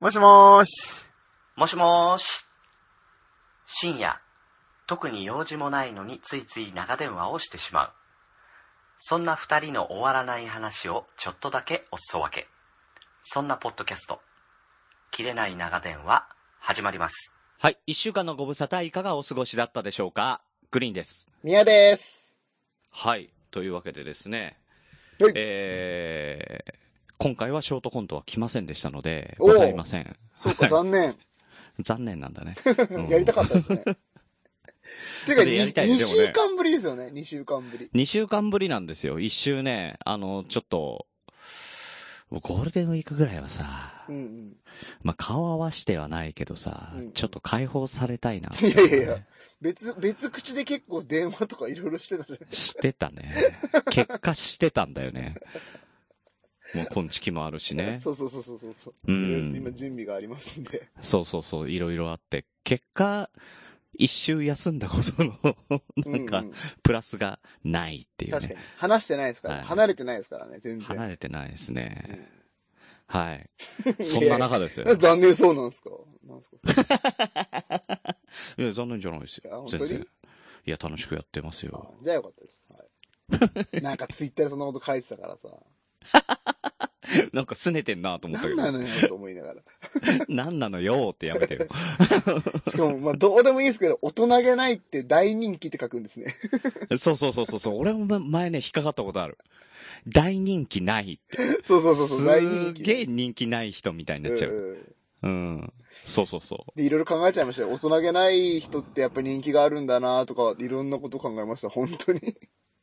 もしもーし。もしもーし。深夜、特に用事もないのについつい長電話をしてしまう。そんな二人の終わらない話をちょっとだけおすそ分け。そんなポッドキャスト、切れない長電話、始まります。はい。一週間のご無沙汰いかがお過ごしだったでしょうかグリーンです。宮です。はい。というわけでですね。はいえー、今回はショートコントは来ませんでしたので、おーございません。そうか、残念。残念なんだね。 うん やりたかっ たですね。てそか、れやりたいで2すよね週間ぶりですよね。2週間ぶり。 2週間ぶりなんですよ。一週ね、あの、ちょっと、ゴールデンウィークぐらいはさう、んまあ、顔合わしてはないけどさ、うんちょっと解放されたいなっうん。ていやいやいや、別、別口で結構電話とかいろいろしてたじゃん。してたね。結果してたんだよね。もう、こんちきもあるしね。 そうそうそうそうそうそう。うんいろいろ今準備がありますんで。そうそうそう、いろいろあって、結果、一周休んだことの、 なんうかんう、んプラスがないっていう確ね。かに。話してないですから、はい離れてないですからね、全然。離れてないですうね。ん はい。やそんな中ですよ。残念そうなん ですかなん ですかそれいや、残念じゃないですいやよ。本当に全然。いや、楽しくやってますあよ。じゃあよかったです。はい、なんかツイッターでそんなこと書いてたからさ、なんか拗ねてんなと思ったなけどんな、のよと思いながら。 なんなのよーってやめてよ。しかも、まあ、どうでもいいですけど、大人げないって大人気って書くんで すね。そうそうそうそうそう。俺も前ね、引っかかったことある。大人気ないって。そうそうそうそう、す大人気。げえ人気ない人みたいになっちゃう。んんうん。そうそうそう。で、いろいろ考えちゃいましたよ。大人げない人ってやっぱり人気があるんだなとか、いろんなこと考えました、本当に。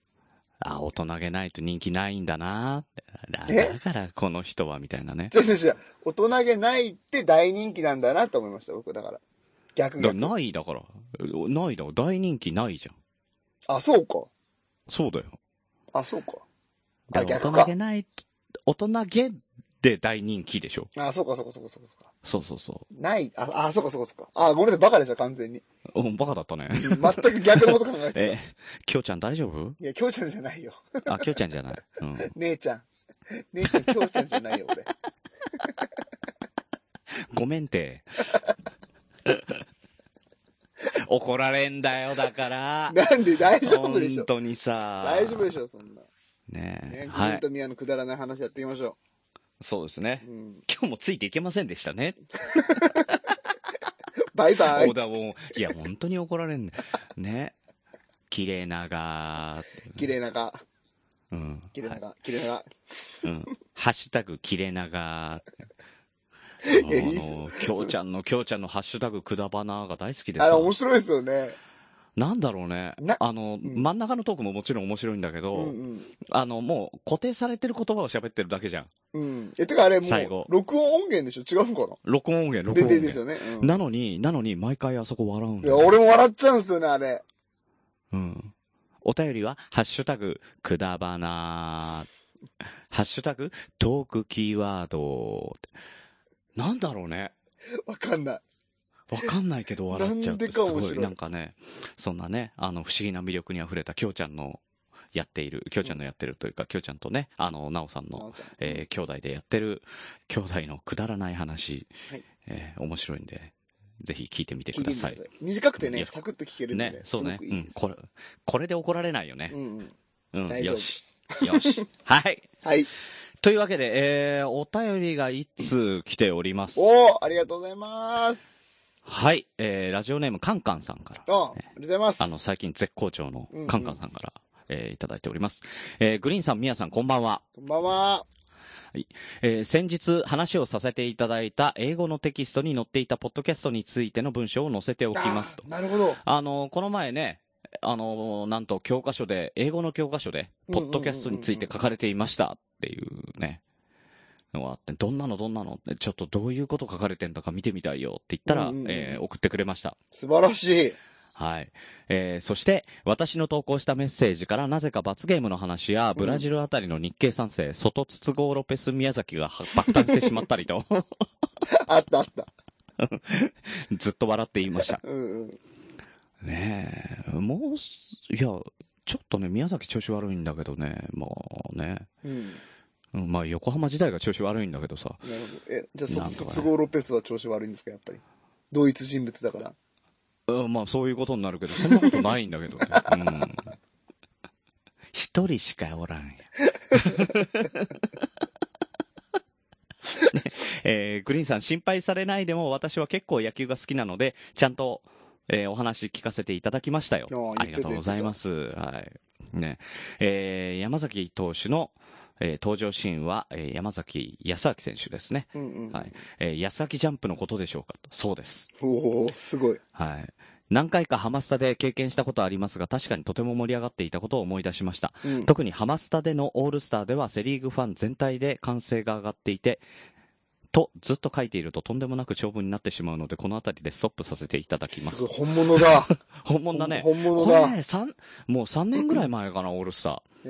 あ、大人げないと人気ないんだなだえだからこの人は、みたいなね。違う違う違う。大人げないって大人気なんだなと思いました、僕、だから。逆だ逆ないだから。ないだろ。大人気ないじゃん。あ、そうか。そうだよ。あ、そうか。だあから逆大人かげない、大人げで大人気でしょ。あ、そうか、そうか、そうか、そうかそうか。そうそうそない、あ、あ、そうか、そうか、そうか。あ、ごめんなさい、バカでした、完全に。う。うん、バカだったね。全く逆のこと考えて え、きょうちゃん大丈夫た。いや、きょうちゃんじゃないよ。あ、きょうちゃんじゃない。うん。姉ちゃん。姉ちゃん、きょうちゃんじゃないよ、俺。ごめんて。怒られんだよ、だから。なんで大丈夫でしょ本当にさ。大丈夫でしょそんな。ねえね、。グリはーンい。とミアのくだらない話やっていきましょそうですねう。。うん、今日もついていけませんでしたね。バイバイオー。ダーもう、いや、本当に怒られんね。ね。綺麗なが綺麗なが、うん。綺麗なはが、綺麗な が。いうん。ハッシュタグ、綺麗ながあ いやいいっすの、きょうちゃんの、きょうちゃんのハッシュタグ、くだばなが大好きであれさ。面白いですよね。なんだろうねな。あの、ん真ん中のトークももちろん面白いんだけうど、んあの、もう固定されてる言葉を喋ってるだけじゃん。うん。うん。え、てかあれも最後う、録音音源でしょ違うのか録音音源、な録で、音音でです源。よね。うん、なのに、なのに、毎回あそこ笑うんいだや、よ俺も笑っちゃうんすよね、あれ。うん。お便りは、ハッシュタグ、くだばなハッシュタグ、トークキーワード。なんだろうね。わかんない。わかんないけど笑っちゃう。なんでか面白いすごい、なんかね、そんなね、あの、不思議な魅力に溢れた、きょうちゃんの、やっている、きょうちゃんのやってるというか、きょうちゃんとね、あの、なおさんの、なおちゃんえー兄弟でやってる、兄弟のくだらない話、はいえー面白いんで、ぜひ聞いてみて聞くいてだみてくさだいさ。い。短くていね、やサクッと聞けるんで、ね、そうすねごくいういんで、すこれ、これで怒られないよね。うんうん。うん、大丈夫よし。よ し。はい。はい。というわけで、えー、お便りが一通来ております。おー、ありがとうございます。はい。えー、ラジオネームカンカンさんから。あ、ありがとうございます。あの、最近絶好調のうんうんカンカンさんから、えー、いただいております。えー、グリーンさん、ミヤさん、こんばんは。こんばんは。えー先日話をさせていただいた英語のテキストに載っていたポッドキャストについての文章を載せておきますとあー。なるほど。あの、この前ね、あの、なんと教科書で、英語の教科書で、うんうんポうんうんッドキャストについて書かれていましたっていうね、のがあって、どんなのどんなのちょっとどういうこと書かれてんだか見てみたいよって言ったら、うんうんうんえー送ってくれました。素晴らしい。はい。えー、そして、私の投稿したメッセージから、なぜか罰ゲームの話や、ブラジルあたりの日系三世、外筒号ロペス宮崎がは爆誕してしまったりと、 あったあった。ずっと笑っていました。うんうん。ねえ、もうす、いや、ちょっとね、宮崎調子悪いんだけどね、まあね、うん。うん、まあ横浜自体が調子悪いんだけどさ。なるほど。え、じゃあなんそ、とかね卒業ロペスは調子悪いんですか、やっぱり。同一人物だから。うん、まあそういうことになるけど、そんなことないんだけど。うん。一人しかおらんや。 ねえーグリーンさん心配されないでも私は結構野球が好きなので、ちゃんと、えーお話聞かせていただきましたよあー。ありがとうございます。はい。ね。えー山崎投手の、えー登場シーンは、えー山崎康明選手ですね。うんうん。はい。えー、安明ジャンプのことでしょうかとそうです。おおすごい。はい。何回かハマスタで経験したことはありますが、確かにとても盛り上がっていたことを思い出しました。うん。特にハマスタでのオールスターではセリーグファン全体で歓声が上がっていて、とずっと書いているととんでもなく長文になってしまうので、この辺りでストップさせていただきますすごい、。本 物だ。本物だね。本物これだ。ね、三もう3年ぐらい前かな、オールスター。い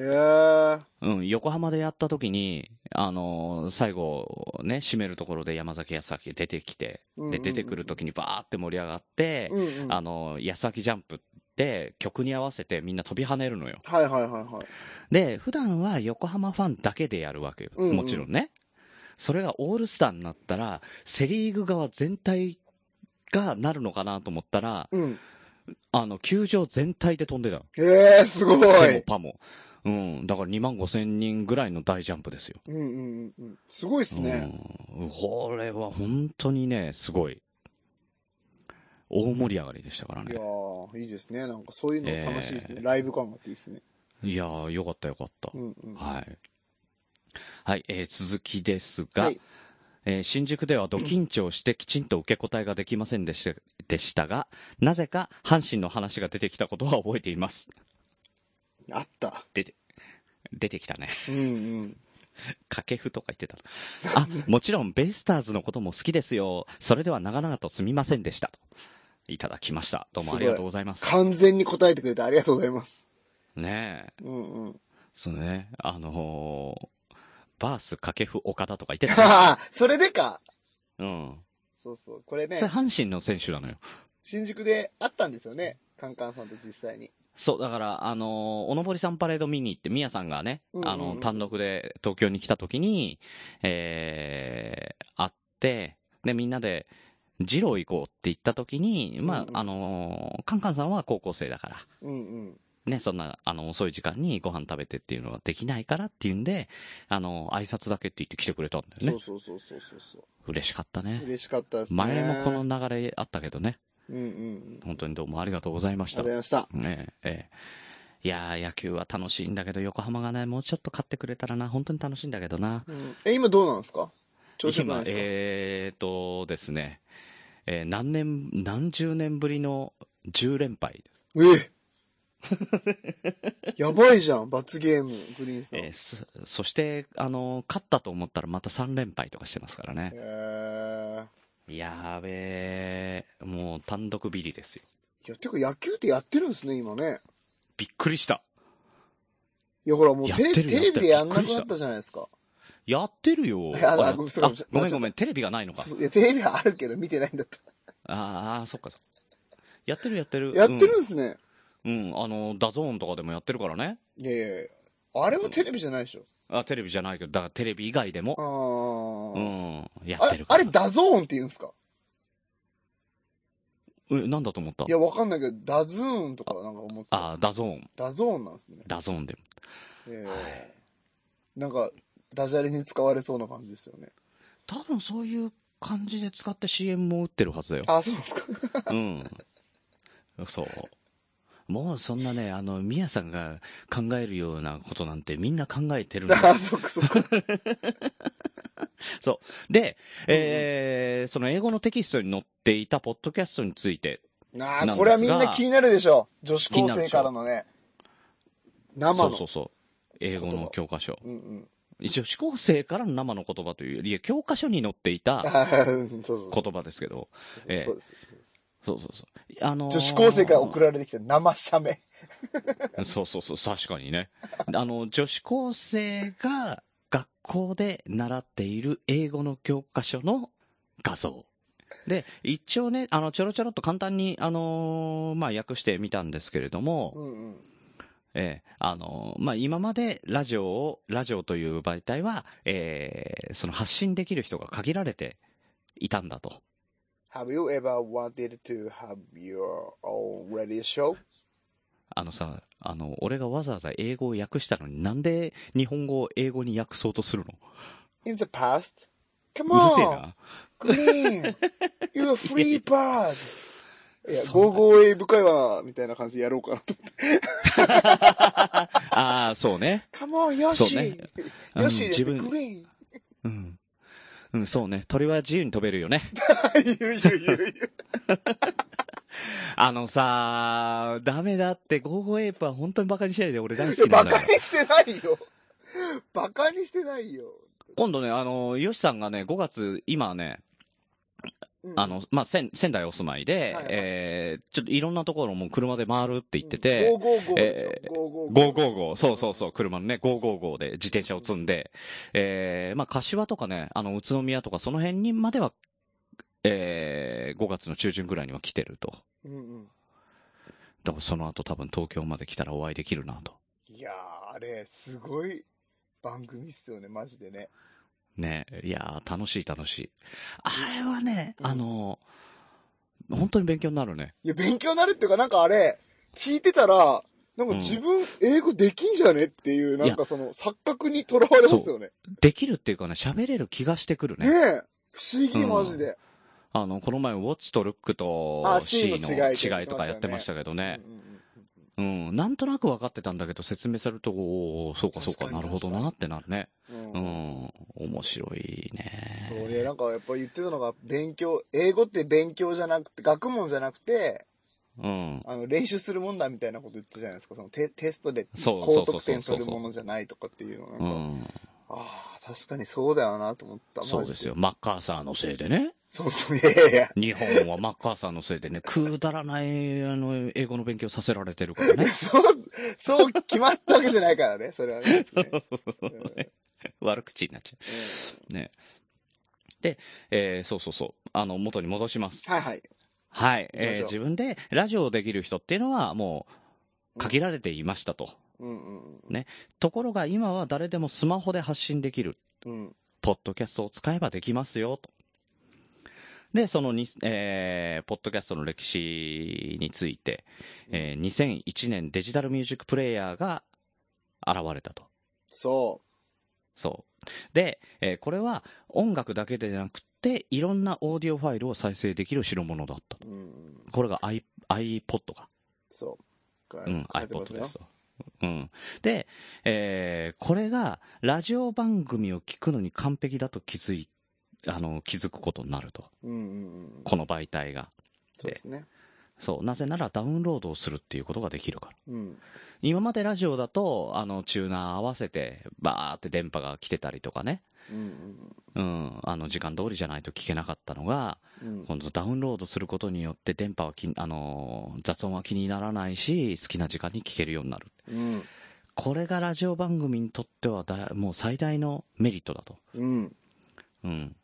やうん、横浜でやった時に、あのー最後、ね、締めるところで山崎康明出てきて、で、出てくる時にバーって盛り上がって、うんうんうん。あの、安明ジャンプって曲に合わせてみんな飛び跳ねるのよ。はいはいはいはい。で、普段は横浜ファンだけでやるわけよ。うんうんもちろんね。それがオールスターになったら、セリーグ側全体がなるのかなと思ったら、うん。あの、球場全体で飛んでたの。ええー、すごい。セもパも。うん。だから2万5千人ぐらいの大ジャンプですよ。うんうんうんうん。すごいっすね。うん。これは本当にね、すごい。大盛り上がりでしたからいやね。ーいいですね。なんかそういうの楽しいですね。ライブ感があっていいですね。いやー、よかったよかったう。んうん。はい。はい、えー続きですが、はいえー新宿ではド緊張してきちんと受け答えができませんでしたでしたが、なぜか阪神の話が出てきたことは覚えています。あった。出てきたね。うんうん。掛布とか言ってたな。 あ、もちろんベイスターズのことも好きですよ。それでは長々とすみませんでした。といただきました。どうもありがとうございます。完全に答えてくれてありがとうございます。ねえ。うんうん。 そうね。あのーバース掛布岡田とか言ってた ね。ははそれでか。うん。そうそう。これねそれ、阪神の選手なのよ。新宿で会ったんですよね。カンカンさんと実際に。そう、だから、あのーおのぼりさんパレード見に行って、みやさんがね、うんうんうんあの、単独で東京に来た時に、えー、会って、で、みんなで、ジロー行こうって言った時に、まあ、うんうんあのーカンカンさんは高校生だから、うんうん。ね、そんな、あの、遅い時間にご飯食べてっていうのはできないからっていうんで、あの、挨拶だけって言って来てくれたんだよそねう。そうそうそうそうそう。嬉しかったね。嬉しかったですね。前もこの流れあったけどね、うんうんうん。あり本当にどうもありがとうございましがとたうご。ざいました。ねえ、ええ。いやー、野球は楽しいんだけど、横浜がね、もうちょっと勝ってくれたらな、本当に楽しいんだけどな。うんえ、今どうなんですか調子良くない今、ですか、えーとですね、えー何年、何十年ぶりの10連敗です。ええ やばいじゃん、罰ゲーム、グリーンさん。ええーそそして、あのー勝ったと思ったらまた3連敗とかしてますからね。ーやーべえ、もう単独ビリですよ。いや、てか野球ってやってるんですね、今ね。びっくりした。いや、ほら、もうテやレってるテレビでやんなやってくるなったじゃないですか。やってるよ。いや ああごめんそうかあごめんごめん、テレビがないのか。そういや、テレビはあるけど見てないんだった。あーあー、そっかそっか。やってるやってる。やってうんるんですね。うん、あの、ダゾーンとかでもやってるからね。いやいやいやあれはテレビじゃないでしょ。あ、テレビじゃないけど、だからテレビ以外でも、うあん、やあ。っあてれる、かあら。れダゾーンって言うんですかえ、なんだと思ったいや、わかんないけど、ダズーンとかなんか思ってた。あ、ダゾーン。ダゾーンなんですね。ダゾーンでも。ええなんか、ダジャレに使われそうな感じですよね。多分そういう感じで使って CM も打ってるはずだよ。あ、そうなんですか。うん。そう。もうそんなね、あの、ミヤさんが考えるようなことなんてみんな考えて るんだ あ、そっかそっか。で、えー、その英語のテキストに載っていたポッドキャストについて、ななんですがあ、これはみんな気になるでしょ。女子高生からのね。生その。うそうそう。英語の教科書。うんうん。 一応、志向生からの生の言葉というより、いや教科書に載っていた あそうそう。言葉ですけど、ええそうです。そうですそうそうそう。あのー女子高生から送られてきた生写メ。そうそうそう、確かにね。あの、女子高生が学校で習っている英語の教科書の画像。で、一応ね、あの、ちょろちょろっと簡単に、あのーまあ、訳してみたんですけれども、うんうん。ええあの、まあ、今までラジオを、ラジオという媒体は、ええその発信できる人が限られていたんだと。 Have you ever wanted to have your own radio show? あのさ、あの、俺がわざわざ英語を訳したのになんで日本語を英語に訳そうとするの In the past? Come うるせえ on! な。 Green! You're a free bird! いや、そうゴーゴーエイブ会話みたいな感じでやろうかなと。ああ、そうね。 Come on, ヨそうねシヨシうんじ自ゃな分くてグリ ーンうん。うん、そうね。鳥は自由に飛べるよね。言う言う言う言う。あのさ、ダメだって、ゴーゴーエイプは本当にバカにしないで俺大好いやきな バんだかカらに。してないよ。バカにしてないよ。今度ね、あの、ヨシさんがね、5月、今ね、うんあ、の、まあ、仙仙台お住まいで、はいはいえー、ちょっといろんなところも車で回るって言って555て、でしょ。555。 555、そうそうそう、車のね、555で自転車を積んで、えー、まあ、柏とかね、あの、宇都宮とかその辺にまでは、えー、5月の中旬ぐらいには来てると。うんうん。だからその後多分東京まで来たらお会いできるなと。いやー、あれ、すごい番組っすよね、マジでね。ね、いやー楽しい楽しい。あれはね、うんあのー本当に勉強になるね。いや、勉強になるっていうか、なんかあれ、聞いてたら、なんか自分、英語できんじゃねっていう、なんかその、錯覚にとらわれますよね。できるっていうかね、喋れる気がしてくるねね。え。不思議、うんマジで。あの、この前、ウォッチとルックとあ C C の違いの違違いいととかかややっっててままししたけどうんうんね。うんうん、なんとなく分かってたんだけど、説明されると、おーそうかそうか、確かなにるほどなってなるね。うんうん、面白いね。そうね、なんかやっぱ言ってたのが、勉強、英語って勉強じゃなくて、学問じゃなくて、うん。あの、練習するもんだみたいなこと言ってたじゃないですか。そのテテストでそうそ高うそう得そう点そ取うるもそのじゃないとかっていうのなんう。うん、か、ああ、確かにそうだよなと思った。マジそうですよ。。マッカーサーのせいでね。そうそう、いやいやいや。日本はマッカーサーのせいでね、くだらない、あの、英語の勉強させられてるから ね。そう、そう決まったわけじゃないからね、それはね。悪口になっちゃう。ね。で、えーそうそうそう。あの、元に戻します。はいはい。はい。行きましょうえー自分でラジオをできる人っていうのはもう限られていましたと。うんうんところが今は誰でもスマホで発信できる。うん。うん。ポッドキャストを使えばできますよ、と。で、そのに、えーポッドキャストの歴史について、えー2001年デジタルミュージックプレイヤーが現れたと。そそう。で、えーこれは音楽だけでなくて、いろんなオーディオファイルを再生できる代物だったと。う。うんうん。これが i、iPod か。そう。うん、書いてます iPod よですと。うん。で、えーこれが、ラジオ番組を聞くのに完璧だと気づい、あの、気づくことになると。うんうんうん。この媒体が。そうですね。そう。なぜならダウンロードをするっていうことができるから。うん。今までラジオだと、あの、チューナー合わせて、バーって電波が来てたりとかね。うんうんうん。あの、時間通りじゃないと聞けなかったのが、うん。今度ダウンロードすることによって電波は気に、あのー、雑音は気にならないし、好きな時間に聞けるようになる。うん。これがラジオ番組にとってはだ、もう最大のメリットだと。うん。うん。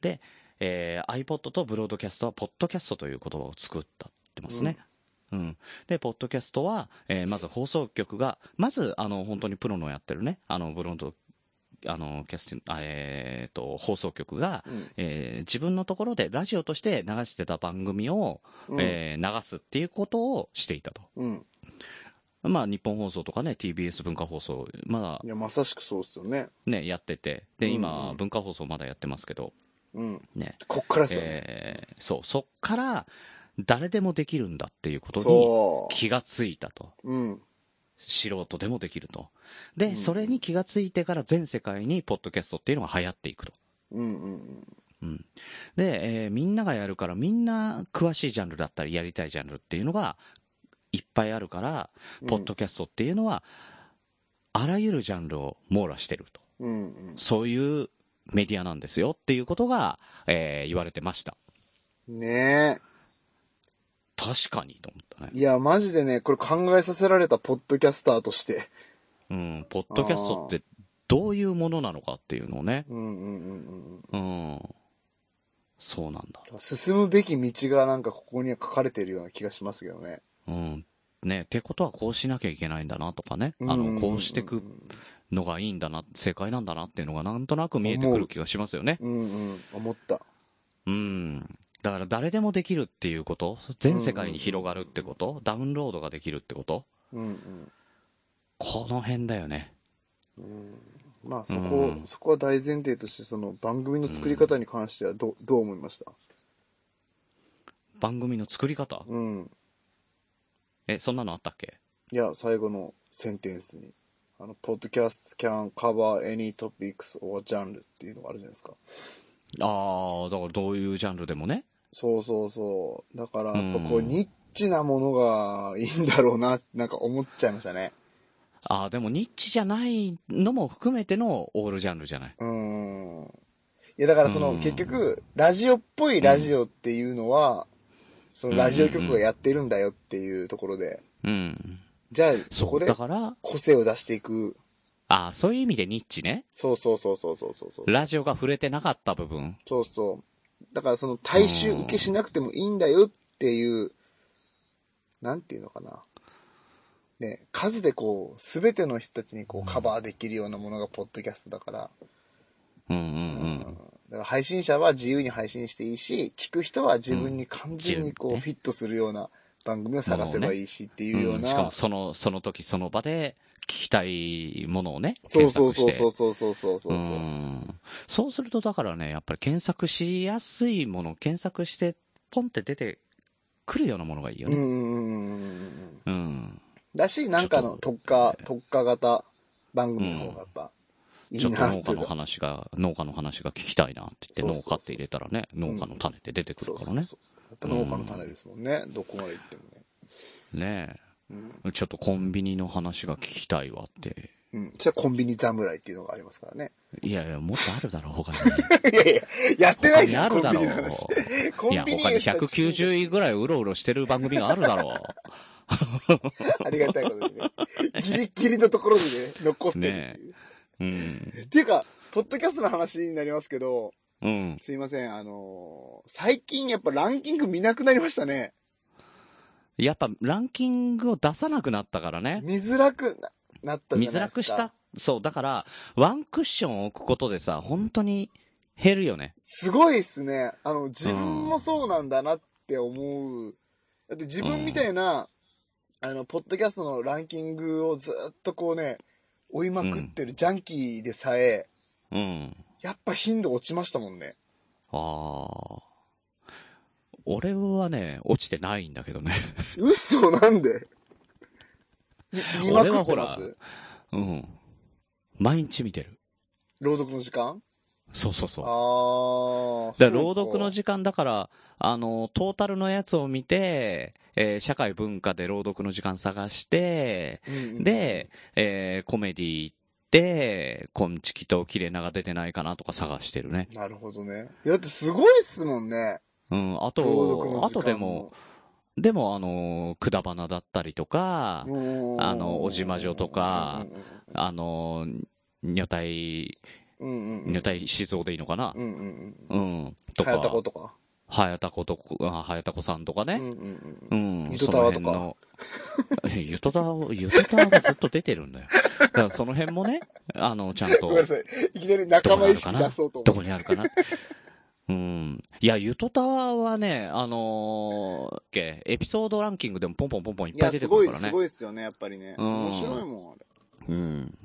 で、えー iPod とブロードキャストは、ポッドキャストという言葉を作ったってますね。うん。で、ポッドキャストは、えーまず放送局が、まず、あの、本当にプロのやってるね、あの、ブロード、あの、キャスティンあえーと、放送局が、えー自分のところでラジオとして流してた番組を、うん。えー流すっていうことをしていたと。うん。まあ、日本放送とかね、TBS 文化放送、まいや、まさしくそうですよね。だね、やってて、で、うん今、うん文化放送まだやってますけど、うん。ね、こっからですよね。えーそう、そっから、誰でもできるんだっていうことにそ気がついたと。う。うん。素人でもできると。で、うんそれに気がついてから全世界にポッドキャストっていうのが流行っていくと。うんうんうん。で、えーみんながやるからみんな詳しいジャンルだったりやりたいジャンルっていうのがいっぱいあるから、うん。ポッドキャストっていうのは、あらゆるジャンルを網羅してると。うんうん。そういうメディアなんですよっていうことが、えー言われてました。ね確かにと思ったねえ。。いや、マジでね、これ考えさせられたポッドキャスターとして。うん、ポッドキャストってどういうものなのかっていうのをね。うんうんうんうん。そうなんだ。うん。進むべき道がなんかここには書かれているような気がしますけどね。うん。ね、ってことはこうしなきゃいけないんだなとかね、あの、こうしてくのがいいんだな、正解なんだなっていうのがなんとなく見えてくる気がしますよね。うんうん、思った。うん。だから誰でもできるっていうこと、全世界に広がるってこと、ダウンロードができるってこと、うんこの辺だよね。うん。うん、まあそこ、うんそこは大前提として、その番組の作り方に関してはど,、うどう思いました番組の作り方うん。え、そんなのあったっけいや、最後のセンテンスに。あの、ポッドキャスト can cover any topics or genre っていうのがあるじゃないですか。ああ、だからどういうジャンルでもね。そうそうそう。だから、うんやっぱこう、ニッチなものがいいんだろうな、なんか思っちゃいましたね。ああ、でもニッチじゃないのも含めてのオールジャンルじゃない。うん。いや、だからその、うん結局、ラジオっぽいラジオっていうのは、そのラジオ局がやってるんだよっていうところで、うん。じゃあ、そそこう。でだから、個性を出していく。ああ、そういう意味でニッチね。そうそうそうそうそうそうそう。ラジオが触れてなかった部分。そうそう。だからその大衆受けしなくてもいいんだよっていう、なんていうのかな。ね、数でこう、すべての人たちにこうカバーできるようなものがポッドキャストだから、うんううんだんから配信者は自由に配信していいし、聞く人は自分に完全にこうんう、自フィットするような番組を探せばいいしってういんうよううん。しかもな、その、その時その場で聞きたいものをね、そうそう検そ索してうそうそうそうそうそう。んそうするとだからね、やっぱり検索しやすいもの、検索してポンって出てくるようなものがいいようんうね。んうんうんうん。うん。だし、なんかちのょっ特と化、特化型番組の方がやっぱ、いちょいっとなっ農家ていうのか。話が、農家の話が聞きたいなって言そうって、そう農そう家って入れたらね、農家の種って出てくるからね。そうそうそうやっぱ農家の種ですもんね。どこまで行ってもね。ねうん。え。ちょっとコンビニの話が聞きたいわって。うん。それはコンビニ侍っていうのがありますからね。いやいや、もっとあるだろう、他に。いやいや、やってな他いじにゃあん、コるだンビろニうの話。。コンいビや、ニ他に190位ぐらいうろうろしてる番組があるだろう。ありがたいこ とにね。ギリギリのところにね、残ってるっていう。うん。っていうか、ポッドキャストの話になりますけど、うん。すいません、あのー最近やっぱランキング見なくなりましたね。やっぱランキングを出さなくなったからね。見づらくななったじ見ゃなづいらですか。くした。。そう、だから、ワンクッションを置くことでさ、本当に減るよね。すごいっすね。あの、自分もそうなんだなって思う。だって自分みたいな、あの、ポッドキャストのランキングをずっとこうね、追いまくってるジャンキーでさえ、うん。やっぱ頻度落ちましたもんね。ああ。俺はね、落ちてないんだけどね。嘘なんでみ見まく俺ってはまほすうん。毎日見てる。朗読の時間そうそうそう。ああ。だから朗読の時時間だから、あの、トータルのやつを見て、えー社会文化で朗読の時間探して、間、で、えーコメディ行って、コンチキと切れ長出てないかなとか探してるね。なるほどね。いやだってすごいっすもんね。うん、あ朗読の時間と、あとでも、でもあの、くだばなだったりとか、ああの小島女とか、あの、女体、うんうんうん、女体思想でいいのかなうんうんうん、うん、ととか、かはや、たことか、はやたことこ、あはやたこさんとかうねん。うんうんううん、ん、ゆとそたのわと辺かの。 ゆとたわ、ゆとたわがずっと出てるんだよ。だからその辺もね、あの、ちゃんとごめん、なさい、いきなり仲間意識出そうとどこ思って。にあるかな。うん。いや、ゆとたわはね、あのーけ、エピソードランキングでもポンポンポンポンいっいぱいや、出すてごくるいか、らすね。ごいっすよね、やっぱりね。うん面白いもん、あうれ。ん。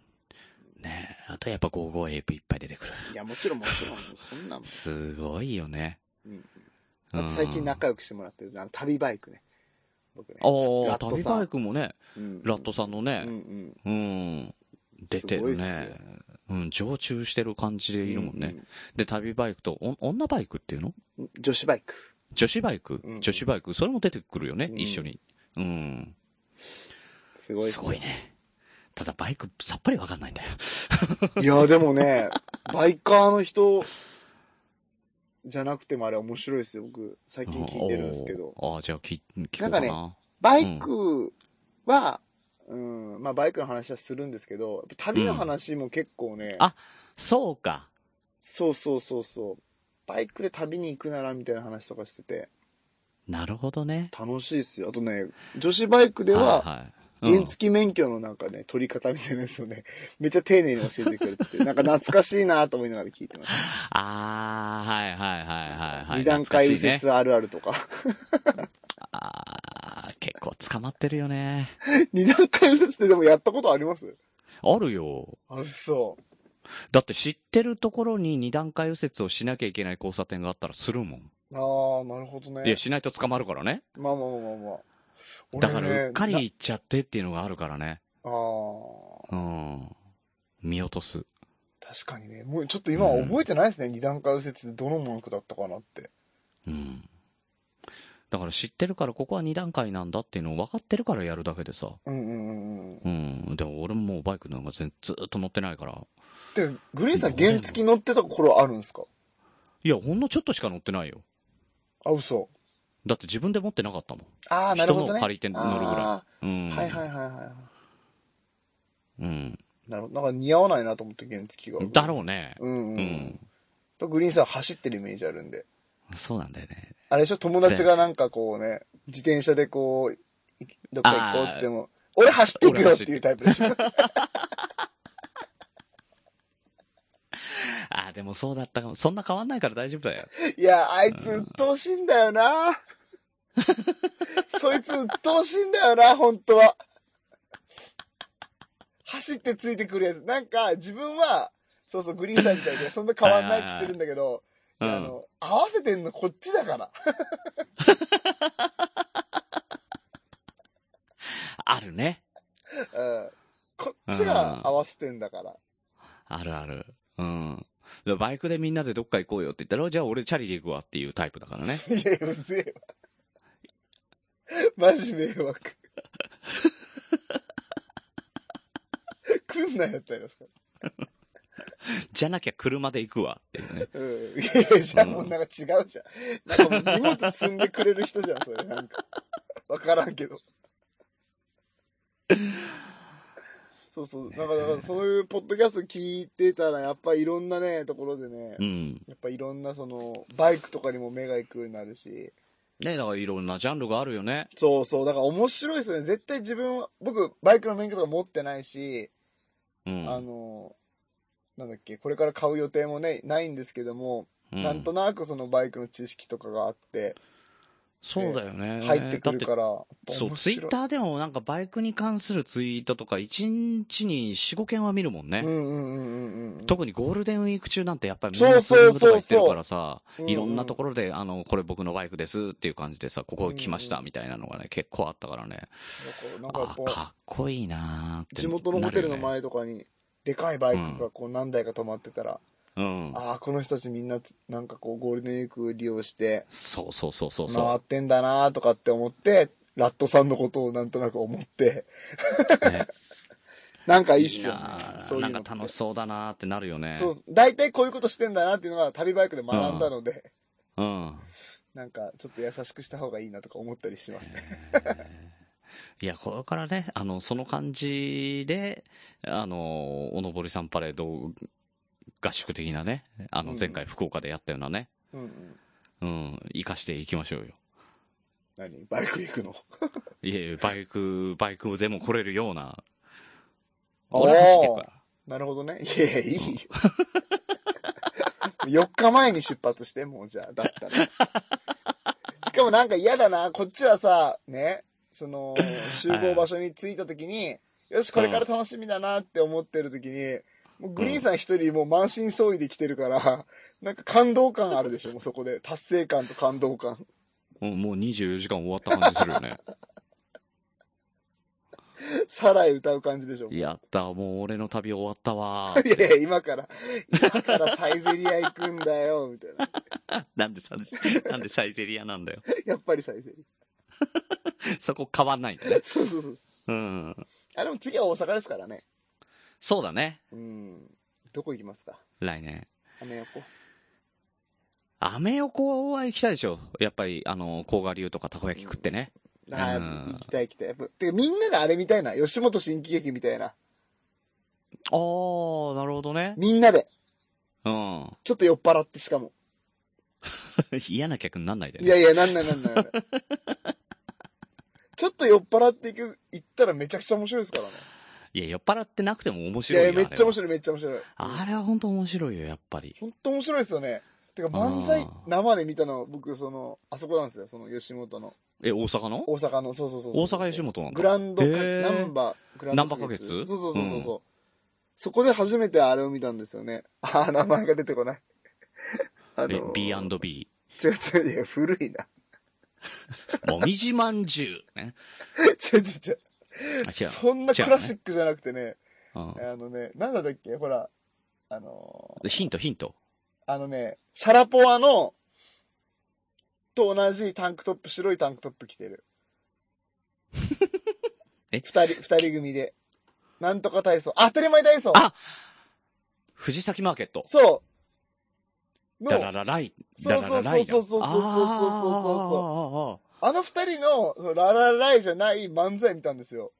ねえあとやっぱ558いっぱい出てくる。いや、もちろん、もちろん、そんなんもん。すごいよね。うん、うあんと最近仲良くしてもらってる、あの、旅バイクね。僕ね。おラー、ットさん旅バイクもね、うんラットさんのうねんう、ん。うん。出てるすごいねっ。うん、常駐してる感じでいるもんね。うで、旅バイクと、お女バイクっていうのうん。女子バイク。女子バイク、うん女子バイクそれも出てくるよね、うん一緒に。うん。すごいっすすごいね。ただバイクさっぱりわかんないんだよ。いや、でもね、バイカーの人、じゃなくてもあれ面白いですよ、僕。最近聞いてるんですけど。おーあーじゃあ聞聞こうかな。なんバイクは、うん、まあバイクの話はするんですけど、やっぱ旅の話も結構ね、あそうか。そうそうそうそう、バイクで旅に行くならみたいな話とかしてて、なるほどね。楽しいっすよ。あとね、女子バイクでは、いいうん原付免許のなんかね、取り方みたいなやつをね、 めっちゃ丁寧に教えてくれて て、なんか懐かしいなと思いながら聞いてました。あー、はいはいはいはいはい。二段階右懐かしいね折あるあるとか。あー、結構捕まってるよね。 二段階右折ってでもやったことありますあるよ。あ、そう。だって知ってるところに二段階右折をしなきゃいけない交差点があったらするもん。あー、なるほどいねや、。しないと捕まるからね。まあまあまあまあまあ。だから、俺ねうっかりな行っちゃってっていうのがあるからね。あー、うん。見落とす。確かにね。もうちょっと今は覚えてないですね。二段階右折でどの文句だったかなって。うん。だから知ってるからここは二段階なんだっていうのを分かってるからやるだけでさ。うんうんうんうん。うん。でも俺ももうバイクなんか全ずーっと乗ってないから。で、グリーンさん原付乗ってた頃あるんですかいや、ほんのちょっとしか乗ってないよ。あ、嘘。だって自分で持ってなかったもん。ああ、なるほど人のね。借りて乗るぐらあい。うん。ーはいはいはいはい。うん。なるほど。なんか似合わないなと思って原付が。だろうね。うんうん。ううんん、。グリーンさん走ってるイメージあるんで。そうなんだよね。あれでしょ友達がなんかこうね、自転車でこう、いどっか行こうっつっても、俺走っていくよっていうタイプでしょ。あー、でもそうだったかも。そんな変わんないから大丈夫だよ。いや、あいつ鬱陶しいんだよ な。そいつ鬱陶しいんだよな、本当は。走ってついてくるやつ。なんか、自分は、そうそう、グリーンさんみたいで、そんな変わんないっつってるんだけど、うあん。の、合わせてんのこっちだから。あるね。うん。こっちが合わせてんだから。あるある。うん。でバイクでみんなでどっか行こうよって言ったら、じゃあ俺チャリで行くわっていうタイプだからね。 いやいや、うぜえわ。マジ迷惑。来んなよってなりますかじゃなきゃ車で行くわっていうね。うん。いやいや、じゃあもうなんか違うじゃん。なんかもう荷物積んでくれる人じゃん、それ。なんか。わからんけど。そうそう。なんか、だからそういうポッドキャスト聞いてたら、やっぱいろんなね、ところでねう、ん。やっぱいろんなその、バイクとかにも目が行くようになるし。ねだからいろんなジャンルがあるよね。そうそう。だから面白いですよね。絶対自分は、僕、バイクの免許とか持ってないし、うん。あの、なんだっけ、これから買う予定もね、ないんですけども、うんなんとなくそのバイクの知識とかがあって、そうだよね。入ってくるだから、やっってぱそう、面ツ白イいッターでもなんかバイクに関するツイートとか、1日に4、5件は見るもんね。うんうんうんうんうん。特にゴールデンウィーク中なんてやっぱりみんそなうツそーリングうとか行っそうてるそうからさ、いろんなところ。ろで、あの、これ僕のバイクですっていう感じでさ、ここ来ましたみたいなのがね、結構あったからね。なんかやあっ、ぱ、かっこいいなーって地元のホテルのなる前とかに、でかいバイクがこう何台か止まってたら、よね。うん。ああ、この人たちみんな、なんかこうゴールデンウィーク利用して、そうそうそうそう回そってんだなーとかって思って、ラットさんのことをなんとなく思って、う。 ね、なんかいいっすよねな。あそういうなのっんてか楽しそうだなーってなるよね。そう、大体こういうことしてんだなっていうのは旅バイクで学んだので、うん。なんかちょっと優しくした方がいいなとか思ったりしますね。いや、これからね、あの、その感じで、あの、おのぼりさんパレード合宿的なね、あうの、ん前回福岡でやったようなね、うんううん。ん、生かしていきましょうよ。何バイク行くのいえいえ、バイク、バイクでも来れるような、おー俺走ってくから。なるほどね。いやいや、いいよ。4日前に出発して、もうじゃあ、だったら。しかもなんか嫌だな。こっちはさ、ね、その、集合場所に着いた時に、よし、これから楽しみだなって思ってる時に、もうグリーンさん一人もう満身創痍で来てるから、なんか感動感あるでしょ、もうそこで。達成感と感動感。うん、もう24時間終わった感じするよ ね。サライ歌う感じでしょ。いやった、もう俺の旅終わったわーやいや、今から、今からサイゼリア行くんだよ、みたいな。なんでサイなんでサイゼリアなんだよ。やっぱりサイゼリそこ変わんないんだねア。。そうそうそう。うん。あ、でも次は大阪ですからね。そうだね。うん。どこ行きますか来年。アメ横。アメ横は行きたいでしょ。やっぱり、あの、甲賀流とかたこ焼き食ってね。ああ、うん行きたい行きたい。やっぱてかみんながあれみたいな。吉本新喜劇みたいな。ああー、なるほどね。みんなで。うん。 ちょっと酔っ払ってしかも。嫌な客になんないでいね。やいや、なんないなんない。 なんないちょっと酔っ払っていく、行ったらめちゃくちゃ面白いですからね。いや、酔っ払ってなくても面い白いやいよや、めっちゃ面い。白い、めっちゃ面白い。あれは本当面白いよ、やっぱり。ほんと面白いですよね。てか漫才あー生で見たの、僕、その、あそこなんですよ。その、吉本の。え、大阪の大阪の、そうそうそうそう。大阪吉本なんだグランドか、へーナンバー、グランナドンバー花月そうそうそうそうそう。そこで初めてあれを見たんですよね。あー、名前が出てこない。あえの、違 B&B。う違う、いや、古いな。もみじまんじゅう。ね。違う違う違う。あ、違う。そんな違うねクラシックじゃなくてね、うんあのね、なんだったっけほら、あのー、ヒント、ヒント。あのね、シャラポワの、と同じタンクトップ、白いタンクトップ着て る。え二人、二人組で。なんとか体操。あ当たり前体操あ藤崎マーケット。そうダラの、ラライ。そうダそラうラライだ。そうそうそうそうそうそうそうああの二人の、そのララライじゃない漫才見たんですよ。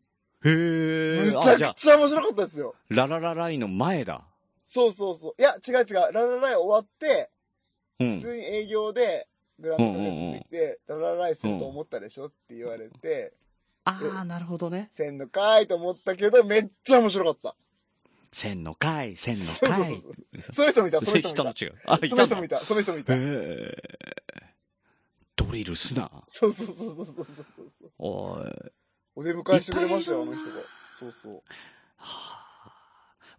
ーあーあーあー。へむえ。ちゃあ、じゃあくちゃ面白かったですよ。ラララライの前だ。そうそうそう。いや、違う違う。ララライ終わって、う普ん。通に営業で、グランドプレス行って、ララライすると思ったでしょって言われて、ああ、なるほどね。せんのかーいと思ったけど、めっちゃ面白かった。千の会、千のそうそう会。そう。その人見た、そのそ人人見たの。違う。あ、いそたのんだ人見た、その人見た。へえ。ドリルすな。そうそうそうそうそうそうそう。おい。はお出迎えしてくれましたよ、あいっのぱいい人るがな。そうそう。あ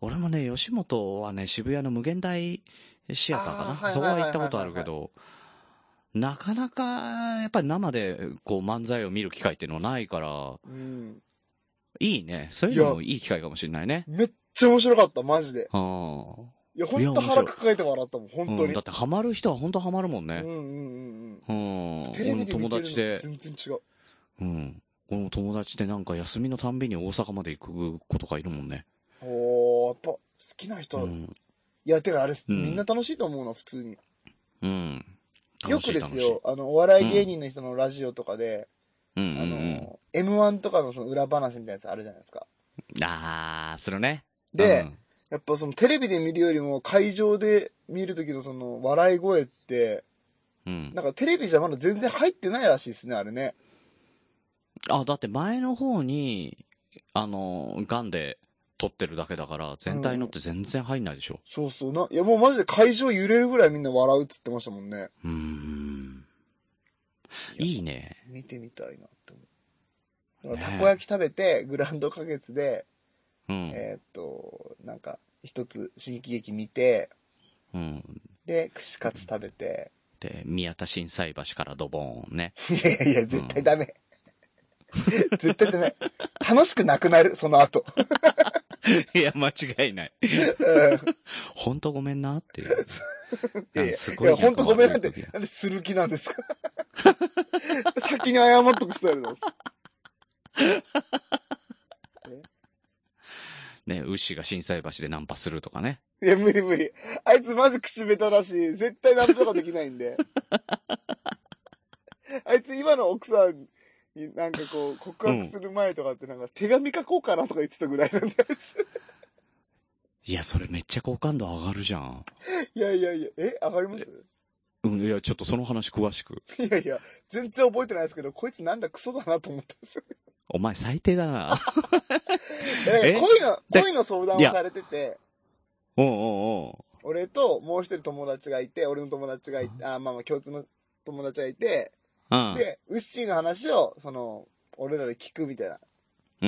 俺もね、吉本はね、渋谷の無限大シアターあかーはな。いそこはいははいは行いったことあるけど、なかなか、やっぱり生でこう漫才を見る機会っていうのはないから、うん。いいね。そういうのもいい機会かもしれないね。めっちゃ面白かった、マジで。うん。うんいや、ほいんやと面白い腹抱えて笑ったもん、本当に。だってハマる人は本当ハマるもんうんね。うんうんうん。うん。テレ俺ビもで友見てる達での、全然違う。うん。俺も友達でなんか休みのたんびに大阪まで行く子とかいるもんね。おー、やっぱ、好きな人。ういん。や、てかあれ、うんみんな楽しいと思うの、普通に。うん。よ楽しくいです。楽しいよ、あの、お笑い芸人の人のラジオとかで、うんあうんの、M1 とかのその裏話みたいなやつあるじゃないですか。うん。あー、するね。で、うんやっぱそのテレビで見るよりも会場で見る時のその笑い声って、うん。なんかテレビじゃまだ全然入ってないらしいですね、あれね。あ、だって前の方に、あの、ガンで撮ってるだけだから、全体のって全然入んないでしょ。そうそうな。いやもうマジで会場揺れるぐらいみんな笑うっつってましたもんね。うーん。いいね。見てみたいなって思う。ねだからたこ焼き食べて、グランド花月で、うん。えーっと、なんか、一つ新喜劇見て、うん。で、串カツ食べて。で、宮田心斎橋からドボーン ね。いやいや、絶対ダメ。絶対ダメ。楽しくなくなる、そ の後。いや、間違いない。うんほんとごめんなって いう。いやなんかすいごいや、ほんとごめんなって悪い時が、なんでする気なんですか 先に謝っとくスタイルなんです。ね、ウッシーが心斎橋でナンパするとかね。いや、無理無理。あいつマジ口下手だし、絶対なんとかできないんで。 あいつ今の奥さんになんかこう、告白する前とかってなんか手紙書こうかなとか言ってたぐらいなんで、あいつ。いや、それめっちゃ好感度上がるじゃん。 いやいやいや、え上がりますうん、いや、ちょっとその話詳しく。いやいや、全然覚えてないですけど、こいつなんだクソだなと思ったんですよ。お前最低だ な。 ええ恋の、で恋の相談をいやされてて、おうんうんうん。俺ともう一人友達がいて、俺の友達がいて、あ、まあまあ共通の友達がいて、うん。で、ウッシーの話を、その、俺らで聞くみたいう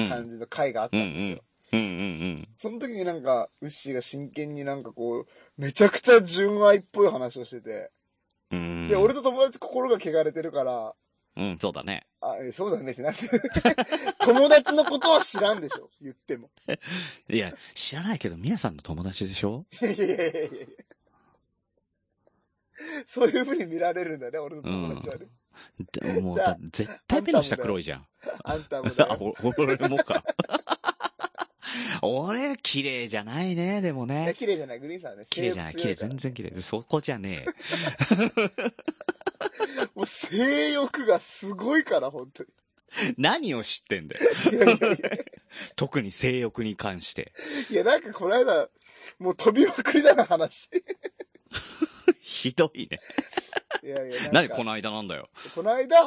んな感じの回があったんですよ。うんうんその時になんか、ウッシーが真剣になんかこう、めちゃくちゃ純愛っぽい話をしてて、うん。うん。で、俺と友達心が汚れてるから、うん、そうだね。あ、えそうだねってな って、友達のことは知らんでしょ、言っても。いや、知らないけど、みやさんの友達でしょいやいやいやいやいやそういう風に見られるんだね、俺の友達はね。でもうじゃあだ、絶対目の下黒いじゃん。あんたもだあ、よ。 お俺もか。 俺、綺麗じゃないね、でもいやね。綺麗じゃない、グリーンさんはね。綺麗じゃない、綺麗、性欲強から全然綺麗。そこじゃねえ。もう性欲がすごいから、本当に。何を知ってんだよ。いやいやいや。特に性欲に関して。いや、なんかこの間、もう飛びまくりだな、話。ひどいね。いやいや。何このの間なんだよ。この間、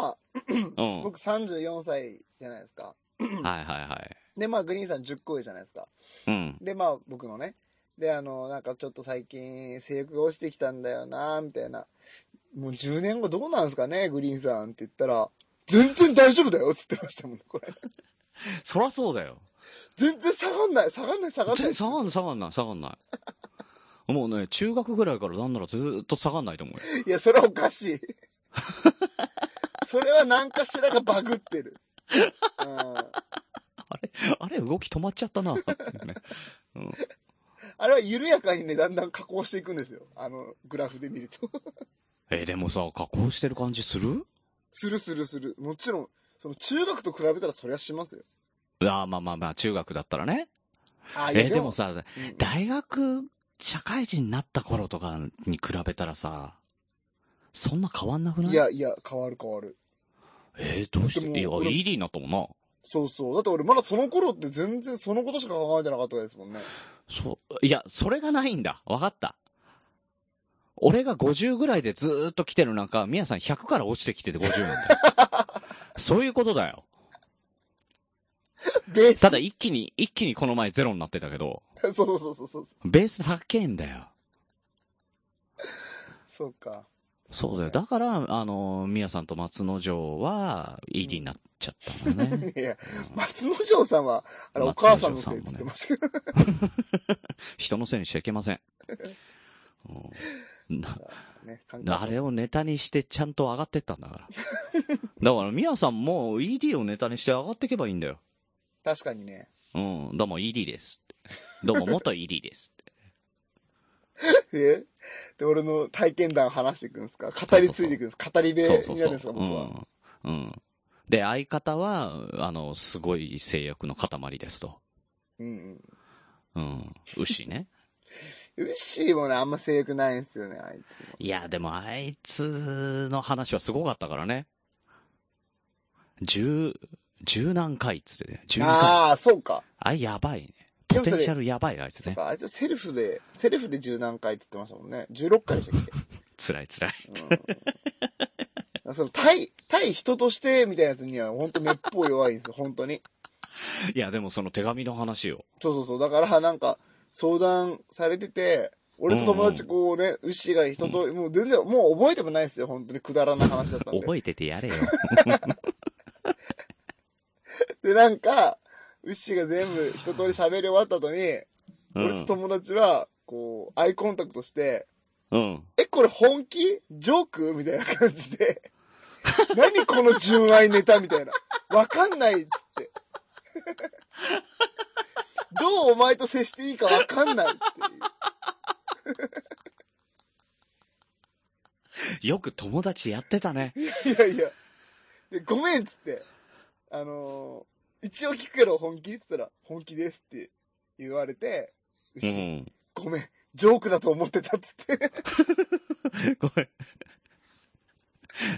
うん。はい僕34歳じゃないですか。はいはい。で、まあ、グリーンさん10個上じゃないですか。うん。で、まあ、僕のね。で、あの、なんかちょっと最近、性欲が落ちてきたんだよな、みたいな。もう10年後どうなんすかね、グリーンさんって言ったら、全然大丈夫だよっつってましたもんね、これ。そらそうだよ。全然下がんない、下がんない、下がんな全然。い下がんない、下がんない、下がんない。もうね、中学ぐらいからなんならずーっと下がんないと思うよ。いや、それはお かしい。それは何かしらがバグってる。うん、あれ、動き止まっちゃった な。ねうんあれは緩やかにね、だんだん加工していくんですよ。あの、グラフで見ると。 え、でもさ、加工してる感じするするするする。もちろん、その中学と比べたらそりゃしますよ。あーまあまあまあ、中学だったらね。あえ、でも、さ、いやうん大学、社会人になった頃とかに比べたらさ、そんな変わんなくないいやいや、変わる変わる。えーどうしてでもいや、俺 ED になったもんな。そうそう。だって俺まだその頃って全然そのことしか考えてなかったで すもんね。そう、いや、それがないんだ。わかった。俺が50ぐらいでずーっと来てる中、みやさん100から落ちてきてて50なん だよ。そういうことだよ。ベ ース。ただ一気に、一気にこの前ゼロになってたけど、そうそうそうそうそう。ベース高えんだよ。そうか。そうだよ。だから、あのー、みやさんと松之丞は、ED になっちゃったのね。いや、松之丞さんは、あれお松母之丞ささんんものねせいって言ってましたけど。人のせいにしちゃいけません。うんなね、関係 ないあれをネタにしてちゃんと上がってったんだ から。だから、ミヤさんも ED をネタにして上がっていけばいいんだよ。確かにね。 うん、どうも ED ですって。どうも元 ED ですって。えで、俺の体験談話していくんですか語り継いでいくんですか語り部になそるうそうんそですかう。僕は。うん。うん。で、相方は、あの、すごい制約の塊ですと。うんううん。ん。牛ね。ウッシーもね、あんま性欲ないんですよね、あいつも。いや、でもあいつの話はすごかったからね。十、十何回っつってね。十何回。ああ、そうか。あ、やばいね。ポでもそれテンシャルやばいな、あいつそうね。か、あいつセルフで、セルフで十何回って言ってましたもんね。16回でしたっけ辛い辛い。 うん、その対、対人としてみたいなやつには本当めっぽう弱いんですよ、本当に。いや、でもその手紙の話よ。そうそうそう。だからなんか相談されてて、俺と友達こうね、ウッシーが人と、もう全然、もう覚えてもないですよ、本当にくだらない話だったんで。覚えててやれよ。で、なんか、ウッシーが全部一通り喋り終わった後に、うん 俺と友達は、こう、アイコンタクトして、うん。え、これ本気ジョークみたいな感じで。 何この純愛ネタみたいな。わかんないっつって。 どうお前と接していいかわかんないっていう。よく友達やってたね。いやいや。で、ごめんっつって。あのー一応聞くけど本気っつったら、本気ですって言われて、う牛、ん。ごめん、ジョークだと思ってたっつって。ごめん。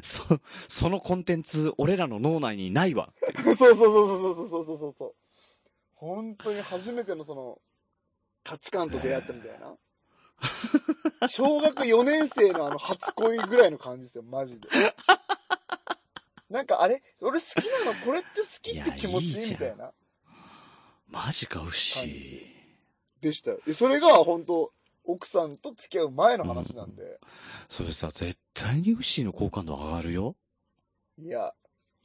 そ、そのコンテンツ、俺らの脳内にないわ。そうそうそうそうそうそうそうそうそう。本当に初めてのその、価値観と出会ったみたいな。 小学4年生のあの初恋ぐらいの感じですよ、マジで。なんかあれ俺好きなのこれって好きって気持ちいやいいじゃいいんみたいな。マジか、牛。でしたよ。でそれが本当奥さんと付き合う前の話なんで。それさ、絶対に牛の好感度上がるよ。いや、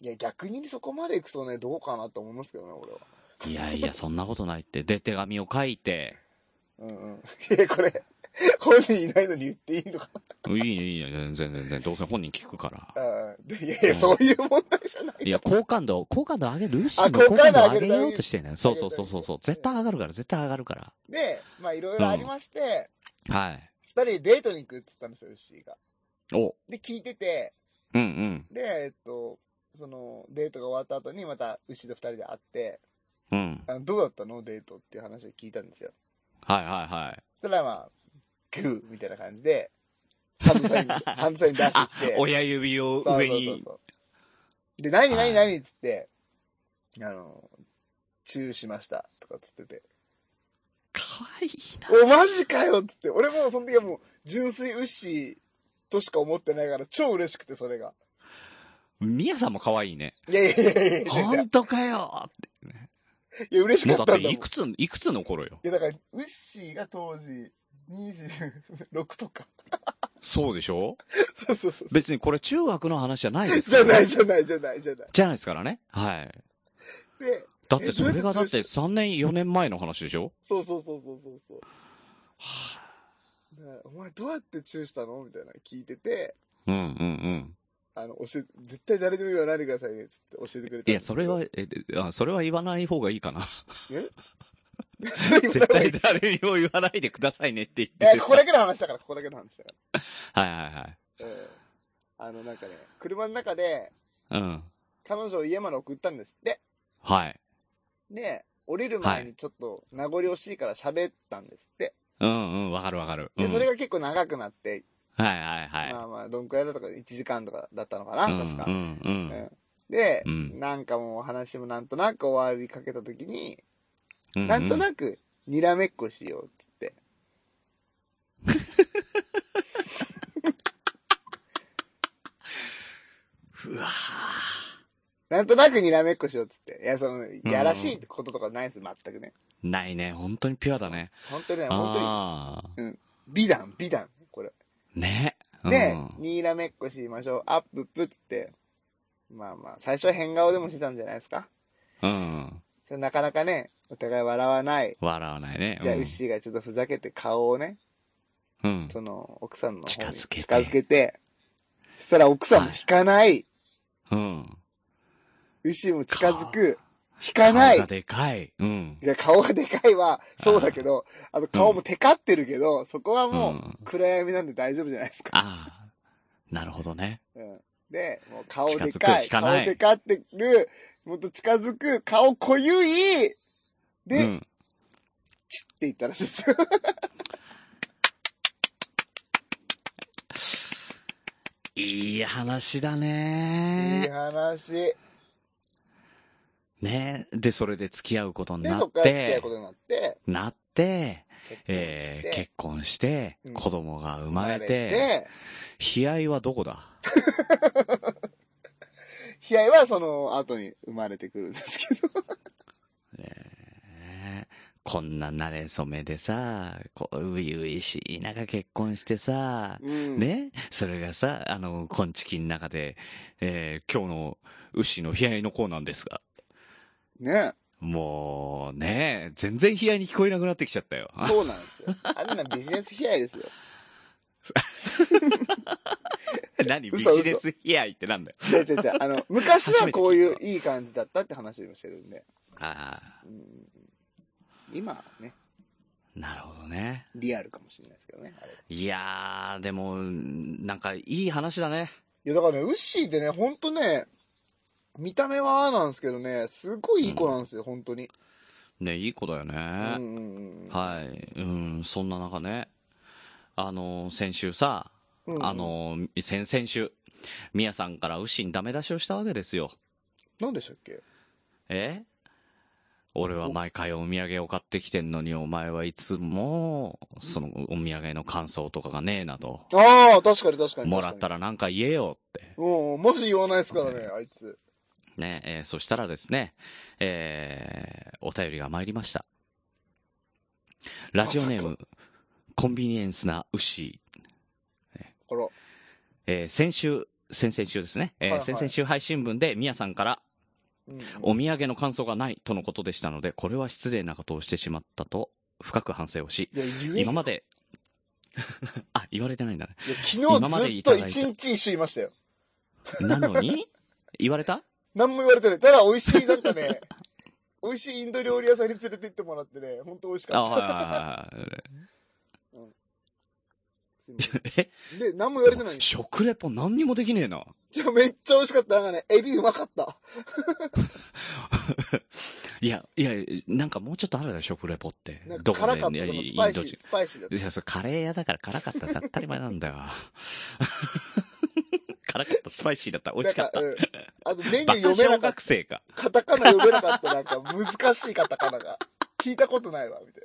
いや逆にそこまで行くとね、どうかなと思いますけどね、俺は。いやいや、そんなことないって。で、手紙を書いて。うん うん。いや、これ、本人いないのに言っていいのかいいね、いいね、全然全然。どうせ本人聞くから。ああいやいや、そういう問題じゃない。いや、好感度、好感度上げる牛あの好感度好感度上げ上げるようとしてんね。そうそうそうそうそう。上げる絶対上がるから、絶対上がるから。で、まあいろいろありまして、はい。二、人でデートに行くって言ったんですよ、牛が。お、で、聞いてて、うんうん。で、えっと、その、デートが終わった後にまた牛と二人で会って、うん。あのどうだったのデートっていう話を聞いたんですよ。はいはいはい。そしたらまあ、グーみたいな感じで、ハン ドサイン、ハンドサイン出してあきて、、親指をそう上そうそうに。そう。で、何はい何何っつって、あの、チューしましたとかっつってて、かわいいな。お、マジかよっつって。俺もうその時はもう、純粋ウッシとしか思ってないから、超嬉しくて、それが。ミヤさんも可愛いね。いやいやいやいやいやいや、本当かよって。いや嬉しもかうだっったてんだもん。いくつ、いくつの頃よ。いや、だから、ウッシーが当時、26とか。そうでしょそうそうそう。別にこれ中学の話じゃないですじかゃら、ない、じゃない、じゃない、じゃない。じゃないですからね。はい。で、だってそれがだって3年、4年前の話でしょそうそうそうそうそうそう。はあねお前どうやってチューしたのみたいなの聞いてて、うんうんうん。あの、教え、絶対誰でも言わないでくださいね、つって教えてくれたいんや、ですそけどれ は、、え、あそれは言わない方がいいかな。 それ言わ絶ない対誰にも言わないでくださいねってい言っや、てる。ここだけの話だから、ここだけの話だかはいはら。うん。あの、なんかね、車の中で、いはい。うん。彼女を家まで送ったんですって。はい。で、降りる前にちょっと名残惜しいから喋ったんですって。うんうん、わかるわかる。うんで、それが結構長くなって、はいはいはい。まあまあ、どんくらいだったか、1時間とかだったのかな、確か。うんうんうんうんで、うんなんかもう話もなんとなく終わりかけた時に、うんうん。なんとく。なく、にらめっこしようっつって。 うわぁなんとなくにらめっこしようっつって。いや、その、いやらしいこととかないです、全くね。ないね。本当にピュアだね。本当にね、本当に。ああ美談、美談、これ。ー。ね。でうん、にらめっこしましょう。アップップっつって。まあまあ、最初は変顔でもしてたんじゃないですか。うん。それなかなかね、お互い笑わない。笑わないね。じゃあ、うウんッシーがちょっとふざけて顔をね、うん。その、奥さんの方に近づけて近づけて、そしたら奥さんも引かない。うん。ウッシーも近づく。引かない。顔がでかい。うんい。や、顔がでかいは、そうだけど、あと顔もテカってるけど、そこはもうんう、暗闇なんで大丈夫じゃないですか。ああ。なるほどね。うん、で、もう顔近でづくかい、引か顔ないでかってる、もっと近づく、顔濃ゆい、で、うん。チッて言ったらしいですよ。いい話だいいね。話。ね。で、それで付き合うことにで、なそっっから付き合うことて、になって、なって、結婚しえーて、結婚してうん、子供が生生まれて、、悲哀はどこだ悲哀はその後に生まれてくるんですけど。ねえこんな慣れ初めでさ、こう、初々しい中結婚してさ、うん。ねそれがさ、あの、こんちきの中で、えー今日の牛の悲哀のコーナーですが、ね。もうね、全然悲哀に聞こえなくなってきちゃったよ。そうなんです よ。あんなビジネス悲哀ですよ。何嘘 ビ嘘ジネス悲哀ってなんだよ。違う違う違う。あの、昔はこういういい感じだったって話をしてるんで。ああ、うん、今はね、なるほどね。リアルかもしれないですけどね。あれいいやー、でも、なんかいい話だね。や、だからね、ウッシーってね、ほんとね、見た目はああなんですけどね、すごいいい子なんですよ、ほんとに。ね、いい子だよね。うんうんうんうん。はい。うん、そんな中ね、あの、先週さ、うんうんあ、の、先、先週、みやさんからウシにダメ出しをしたわけですよ。何でしたっけえ俺は毎回お土産を買ってきてんのに、お前はいつも、そのお土産の感想とかがねえなと。ああ、確かに確かに。もらったら。らなんか言えよって。うん、マジ言わないですからね、あいつ。ね、えーそしたらですね、えーお便りが参りました。ラジオネーまム、コンビニエンスな牛。あら。えー先週、先々週ですね。えーはいはい先々週配信分で、みやさんから、うんうんお土産の感想がないとのことでしたので、これは失礼なことをしてしまったと、深く反省をし、いや、言え今まで、あ、言われてないんだね。いや昨今まで日ずっいとただいた一日一緒いましたよ。なの に、言われた何も言われてない。ただ美味しい、なんか ね、美味しいインド料理屋さんに連れて行ってもらってね、ほんと美味しあ、かっはいた。はいはいはいすいませんえで、何も言われてないんです食レポ何にもできねえな。じゃあめっちゃ美味しかった。なんかね、エビうまかった。いや、いや、なんかもうちょっとあるだろ、食レポってなん。かどこ辛でかったいやとかイスンパイシド人ー、スパイシーだったい。や、それカレー屋だから辛かったさ、当たり前なんだよ。 辛かった、スパイシーだった、美味しかった。なんか、うん、あとメニバューカ読め小なかっ学生か。た。カタカナ読めなかった。なんか難しいカタカナが。聞いたことないわ、みたい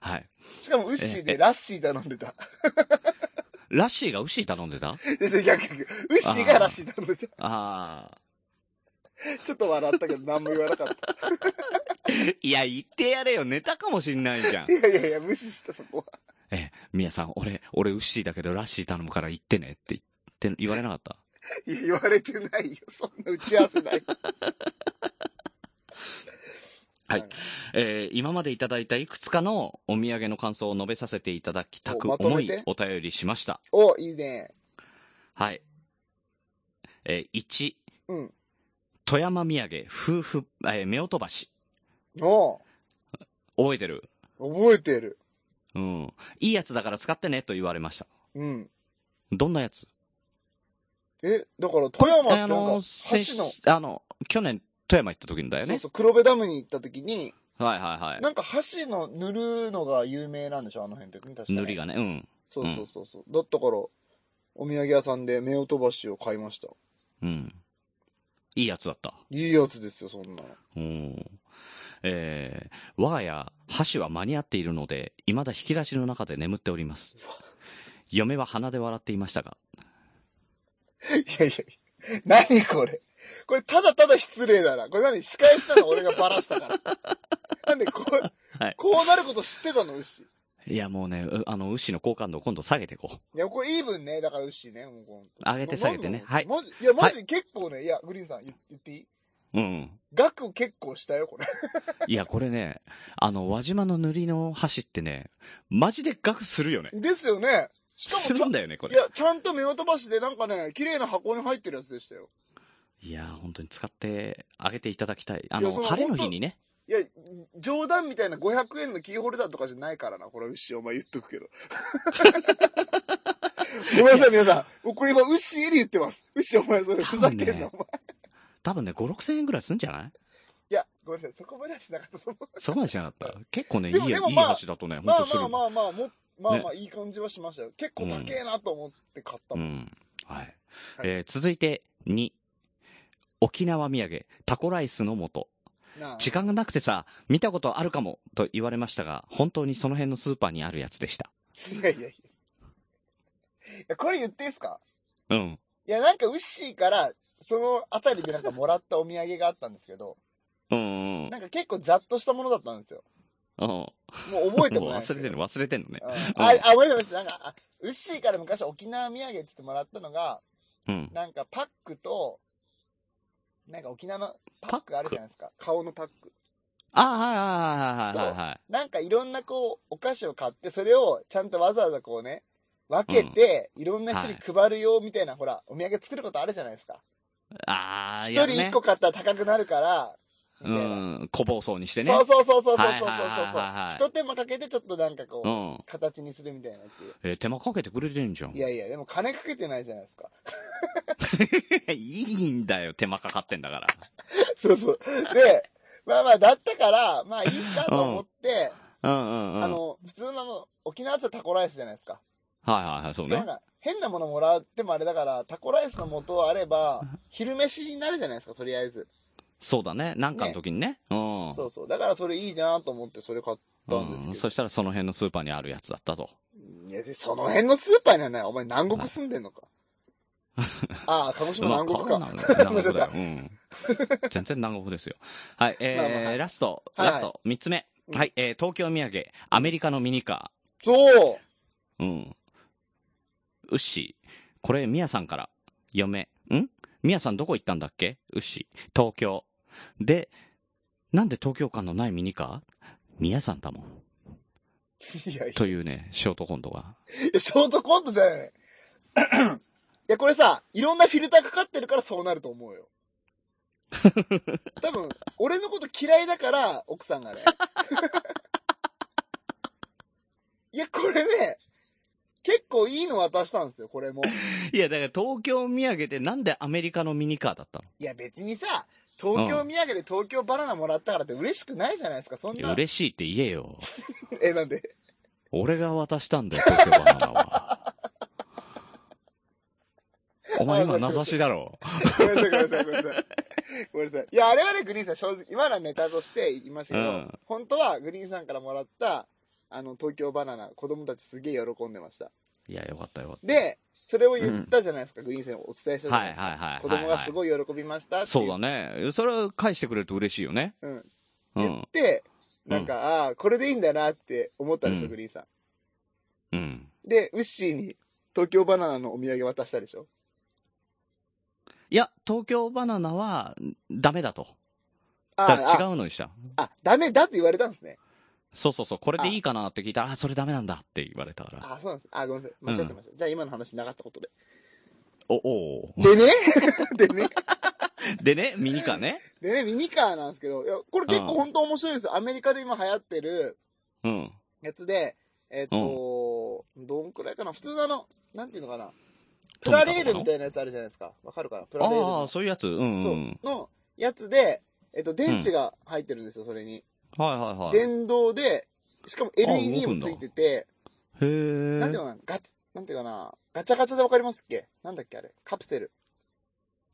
はい。な。しかもウッシーえでラッシー頼んでた。ラッシーが牛頼んでたで、それ逆逆。ウッシーがらしいなので、ちああ。ょっと笑ったけど何も言わなかった。いや、言ってやれよ。ネタかもしんない じゃんい。やいやいや、無視したそこは。え、みやさん、俺、俺、ウッシーだけど、ラッシー頼むから言ってねって言って、言われなかったいや、言われてないよ。そんな打ち合わせない。 はいえー今までいただいたいくつかのお土産の感想を述べさせていただきたくおまと思めいて、お便りしました。お、いいね。はい。えー、1、うん。富山土産、夫婦、えー、夫婦橋。お覚えてる覚えてる。うん。いいやつだから使ってねと言われました。うん。どんなやつえ、だから富山ってなんか、橋の、先あの、去年、富山行った時んだよそうね。そう、黒部ダムに行った時に、はいはいはなんか橋の塗るのが有名なんでしょあの辺って、確かい。に。塗りがね、うん。そうそうそうそう。だったから、お土産屋さんで目を飛ばしを買いました。うん。いいやつだった。いいやつですよ、そんなの。うん。えー、我が家、箸は間に合っているので、未だ引き出しの中で眠っております。嫁は鼻で笑っていましたが、いやいや、何これ。これただただ失礼だな。これ何仕返したの俺がバラしたから。なんでこう、はいこうなること知ってたの、牛。いいやもうね、うあの、牛の好感度を今度下げていこや、これイーブンね、だから牛ね。もうこう上げて下げてねはい。マジいや、マジ結構ね、いや、グリーンさん言言っていいううん。額結構したよ、これ。いや、これね、あの、輪島の塗りの箸ってね、マジで額するよね。ですよね。しかもちすゃるんだよね、こいれ。や、ちゃんと目を飛ばしで、なんかね、綺麗な箱に入ってるやつでしたよ。いや、本当に使ってあげていただきたい。あいやその、の晴れの日にね。いや、冗談みたいな500円のキーホルダーとかじゃないからな、これ、ウッシー、お前言っとくけど。ごめんなさい、皆さん。もうこれ今、ウッシーに言ってます。ウッシー、お前それ、ふざけんな、多分ねお前。多分ね、5、6千円ぐらいすんじゃないいや、ごめんなさい、そこまではしなかった。そのそこまでしなかった。結構ね、いいでもや、でもいいまあ箸だとね、本まあ当するまよあまあまあ、もまあまあ、いい感じはしましたよ。結構高えなと思って買ったうもん。ん。はい。えー続いて、2。沖縄土産、タコライスの素。なあ時間がなくてさ、見たことあるかも、と言われましたが、本当にその辺のスーパーにあるやつでした。いやいやいや。いや、これ言っていいですかうん。いや、なんか、ウッシーから、そのあたりでなんかもらったお土産があったんですけど、うんうんうん。なんか結構ざっとしたものだったんですよ。うん。もう覚えてももうないんです忘けれど。てる、忘れてるのね。うんあ、あ、ごめんなさい、ごめんなさい。なんか、あウッシーから昔沖縄土産って言ってもらったのが、うん。なんかパックと、なんか沖縄のパックあるじゃないですか。顔のパック。ああ、はいはいはいはいはい。なんかいろんなこう、お菓子を買って、それをちゃんとわざわざこうね、分けて、いろんな人に配るよみたいな、ほら、お土産作ることあるじゃないですか。ああ、一や人る一ね個。買ったら高くなるから、みうたいな。ん。小包装にしてね。そうそうそうそうそうそうはいそうはいはいはいはいそう。一手間かけてちょっとなんかこう、うん。形にするみたいなやつ。えー手間かけてくれてんじゃん。いやいや、でも金かけてないじゃないですか。いいんだよ、手間かかってんだから。そうそう。で、まあまあ、だったから、まあいいかと思って、うんうんうん。あの、普通のあの、沖縄ってタコライスじゃないですか。はいはいはい、そうしかもね。なんか変なものもらってもあれだから、タコライスの元あれば、昼飯になるじゃないですか、とりあえず。そうだね。なんかの時にね。うん。そうそう。だからそれいいなと思って、それ買ったんですうんけどそ。したらその辺のスーパーにあるやつだったと。いや、でその辺のスーパーにはない。お前南国住んでんのか。ああ、鹿児島南国まあか。南 国だよ。うん。全然南国ですよ。はい、えーまあまあはいラスト、はいはラいスト、三つ目。うんはい、えー東京土産、アメリカのミニカそうー。うん。うっしー、これ、みやさんから、嫁、んみやさんどこ行ったんだっけうっしー、東京。で、なんで東京感のないミニカーみやさんだもん。いやいやというね、ショートコントが。いやショートコントじゃ ない。いや、これさ、いろんなフィルターかかってるからそうなると思うよ。多分、俺のこと嫌いだから、奥さんがね。 いや、これね、結構いいの渡したんですよ、これも。いや、だから東京土産でなんでアメリカのミニカーだったのいや、別にさ、東京土産で東京バナナもらったからって嬉しくないじゃないですか、そんいやな。嬉しいって言えよ。え、なんで 俺が渡したんだよ、東京バナナは。お前今名指しだ ろ。ごめんなさい、ごめんなさい、ごめんなさい。ごめんなさい。いや、あれはね、グリーンさん、正直、今のはネタとして言いましたけど、うん本当はグリーンさんからもらった、あの、東京バナナ、子供たちすげえ喜んでました。いや、よかったよかった。で、それを言ったじゃないですか、グリーンさんにお伝えしたじゃはないいはいですか。はいはい。子供がすごい喜びましたってそうだね。それは返してくれると嬉しいよね。うんう言っん。て、うんなんか、ああ、これでいいんだなって思ったでしょ、うんグリーンさん。うん。で、ウッシーに東京バナナのお土産渡したでしょ。いや、東京バナナはダメだと。あだからう。違うのにした。あ、ダメだって言われたんですね。そうそうそう、これでいいかなって聞いたら、あ、それダメなんだって言われたから。あ、そうなんです。あ、ごめんなさい。間違ってました。じゃあ今の話なかったことで。お、おうでね でねでね、ミニカーね。でね、ミニカーなんですけど、いや、これ結構本当面白いですよ。アメリカで今流行ってる うん。やつで、えっ、と、どんくらいかな普通のあの、なんていうのかなプラレールみたいなやつあるじゃないですか。わかるかなプラレールああ、の。そういうやつ。うん、うそん。う。のやつで、えっ、と、電池が入ってるんですよ、それに。はいはいはい。へ電動で、しかもあ LED 動くもんだついてて、え。なんていうのかなガチ、なんていうかな、ガチャガチャでわかりますっけなんだっけあれカプセル。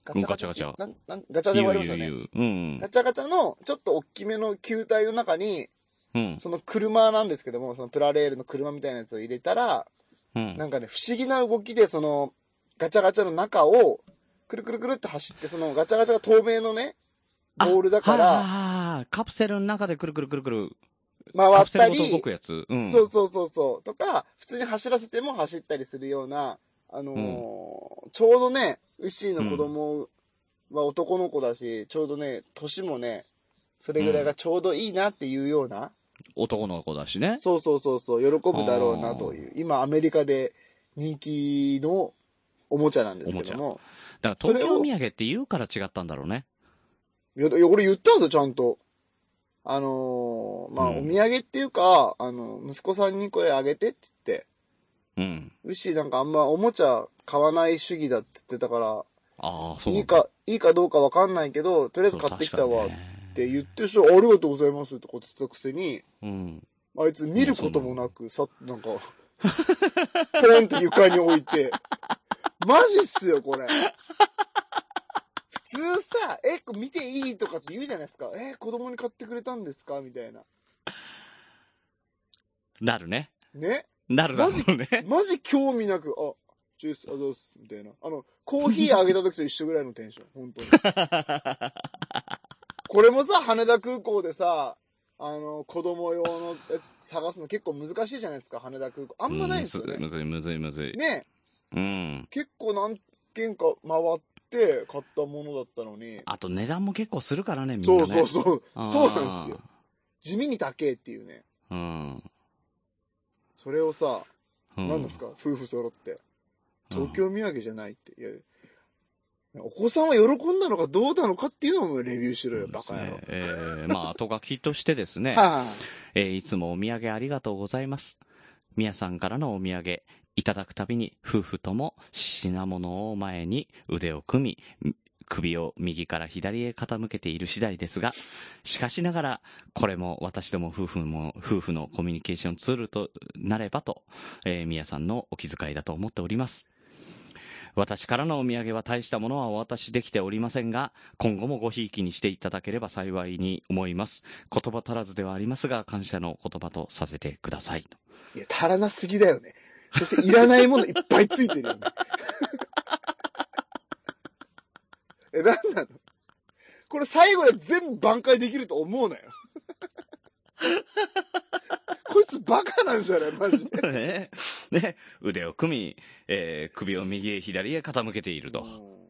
ガうんガチャガチャなんなんガチャガチャでわかりますよ言ね。う言う言うガチャガチャの、ちょっと大きめの球体の中に、うん。うん。その車なんですけども、そのプラレールの車みたいなやつを入れたら、うん。なんかね、不思議な動きで、その、ガチャガチャの中を、くるくるくるって走って、そのガチャガチャが透明のね、あボールだかはいら、はいはいカプセルの中でくるくるくるくる。回カっプセたルごと動りく、やつ。うん。そうそうそうそう。とか、普通に走らせても走ったりするような、あのーちょうどね、ウッシーの子供は男の子だし、ちょうどね、年もね、それぐらいがちょうどいいなっていうような、男の子だしね。そうそうそうそう、喜ぶだろうなという、今アメリカで人気のおもちゃなんですけども、だから東京土産って言うから違ったんだろうね。いや、いや俺言ったんですよ、ちゃんと。あのーまあ、うんお土産っていうか、あの、息子さんにこれあげてっつって、うん。ウッシーなんかあんまおもちゃ買わない主義だって言ってたから、ああ、そういないんだ。か、いいかどうかわかんないけど、とりあえず買ってきたわって言ってる人、ありがとうございますってこう言ってたくせに、うん。あいつ見ることもなく、さっとなんか、ポンって床に置いて、マジっすよ、これ。普通さ、え、これ見ていいとかって言うじゃないですか。え、子供に買ってくれたんですかみたいな。なるね。ねなるだろうね。マジ興味なく、あ、ジュース、あ、どうっす、みたいな。あの、コーヒーあげた時と一緒ぐらいのテンション、本当に。これもさ、羽田空港でさ、あの、子供用のやつ探すの結構難しいじゃないですか、羽田空港。あんまないんですようね。むずいむずいむずい。ねうん。結構何軒か回って買ったものだったのに。あと値段も結構するからね、みんそなうね。そうそう。あーそうなんですよ。。地味に高えっていうね。うん。それをさ、うん何ですか夫婦揃って。うん東京土産じゃないって。いやお子さんは喜んだのかどうなのかっていうのもレビューしろよ、バカ野郎。そうですねえー、まあ、と書きとしてですね、はあえーいつもお土産ありがとうございます。皆さんからのお土産、いただくたびに、夫婦とも品物を前に腕を組み、首を右から左へ傾けている次第ですが、しかしながら、これも私ども夫婦も、夫婦のコミュニケーションツールとなればと、えー、宮さんのお気遣いだと思っております。私からのお土産は大したものはお渡しできておりませんが、今後もごひいきにしていただければ幸いに思います。言葉足らずではありますが、感謝の言葉とさせてください。といや、足らなすぎだよね。そしていらないものいっぱいついてるよね。 え、なんなのこれ最後で全部挽回できると思うなよ。 こいつバカなんじゃないマジで。 ねね腕を組み、えー首を右へ左へ傾けていると。うん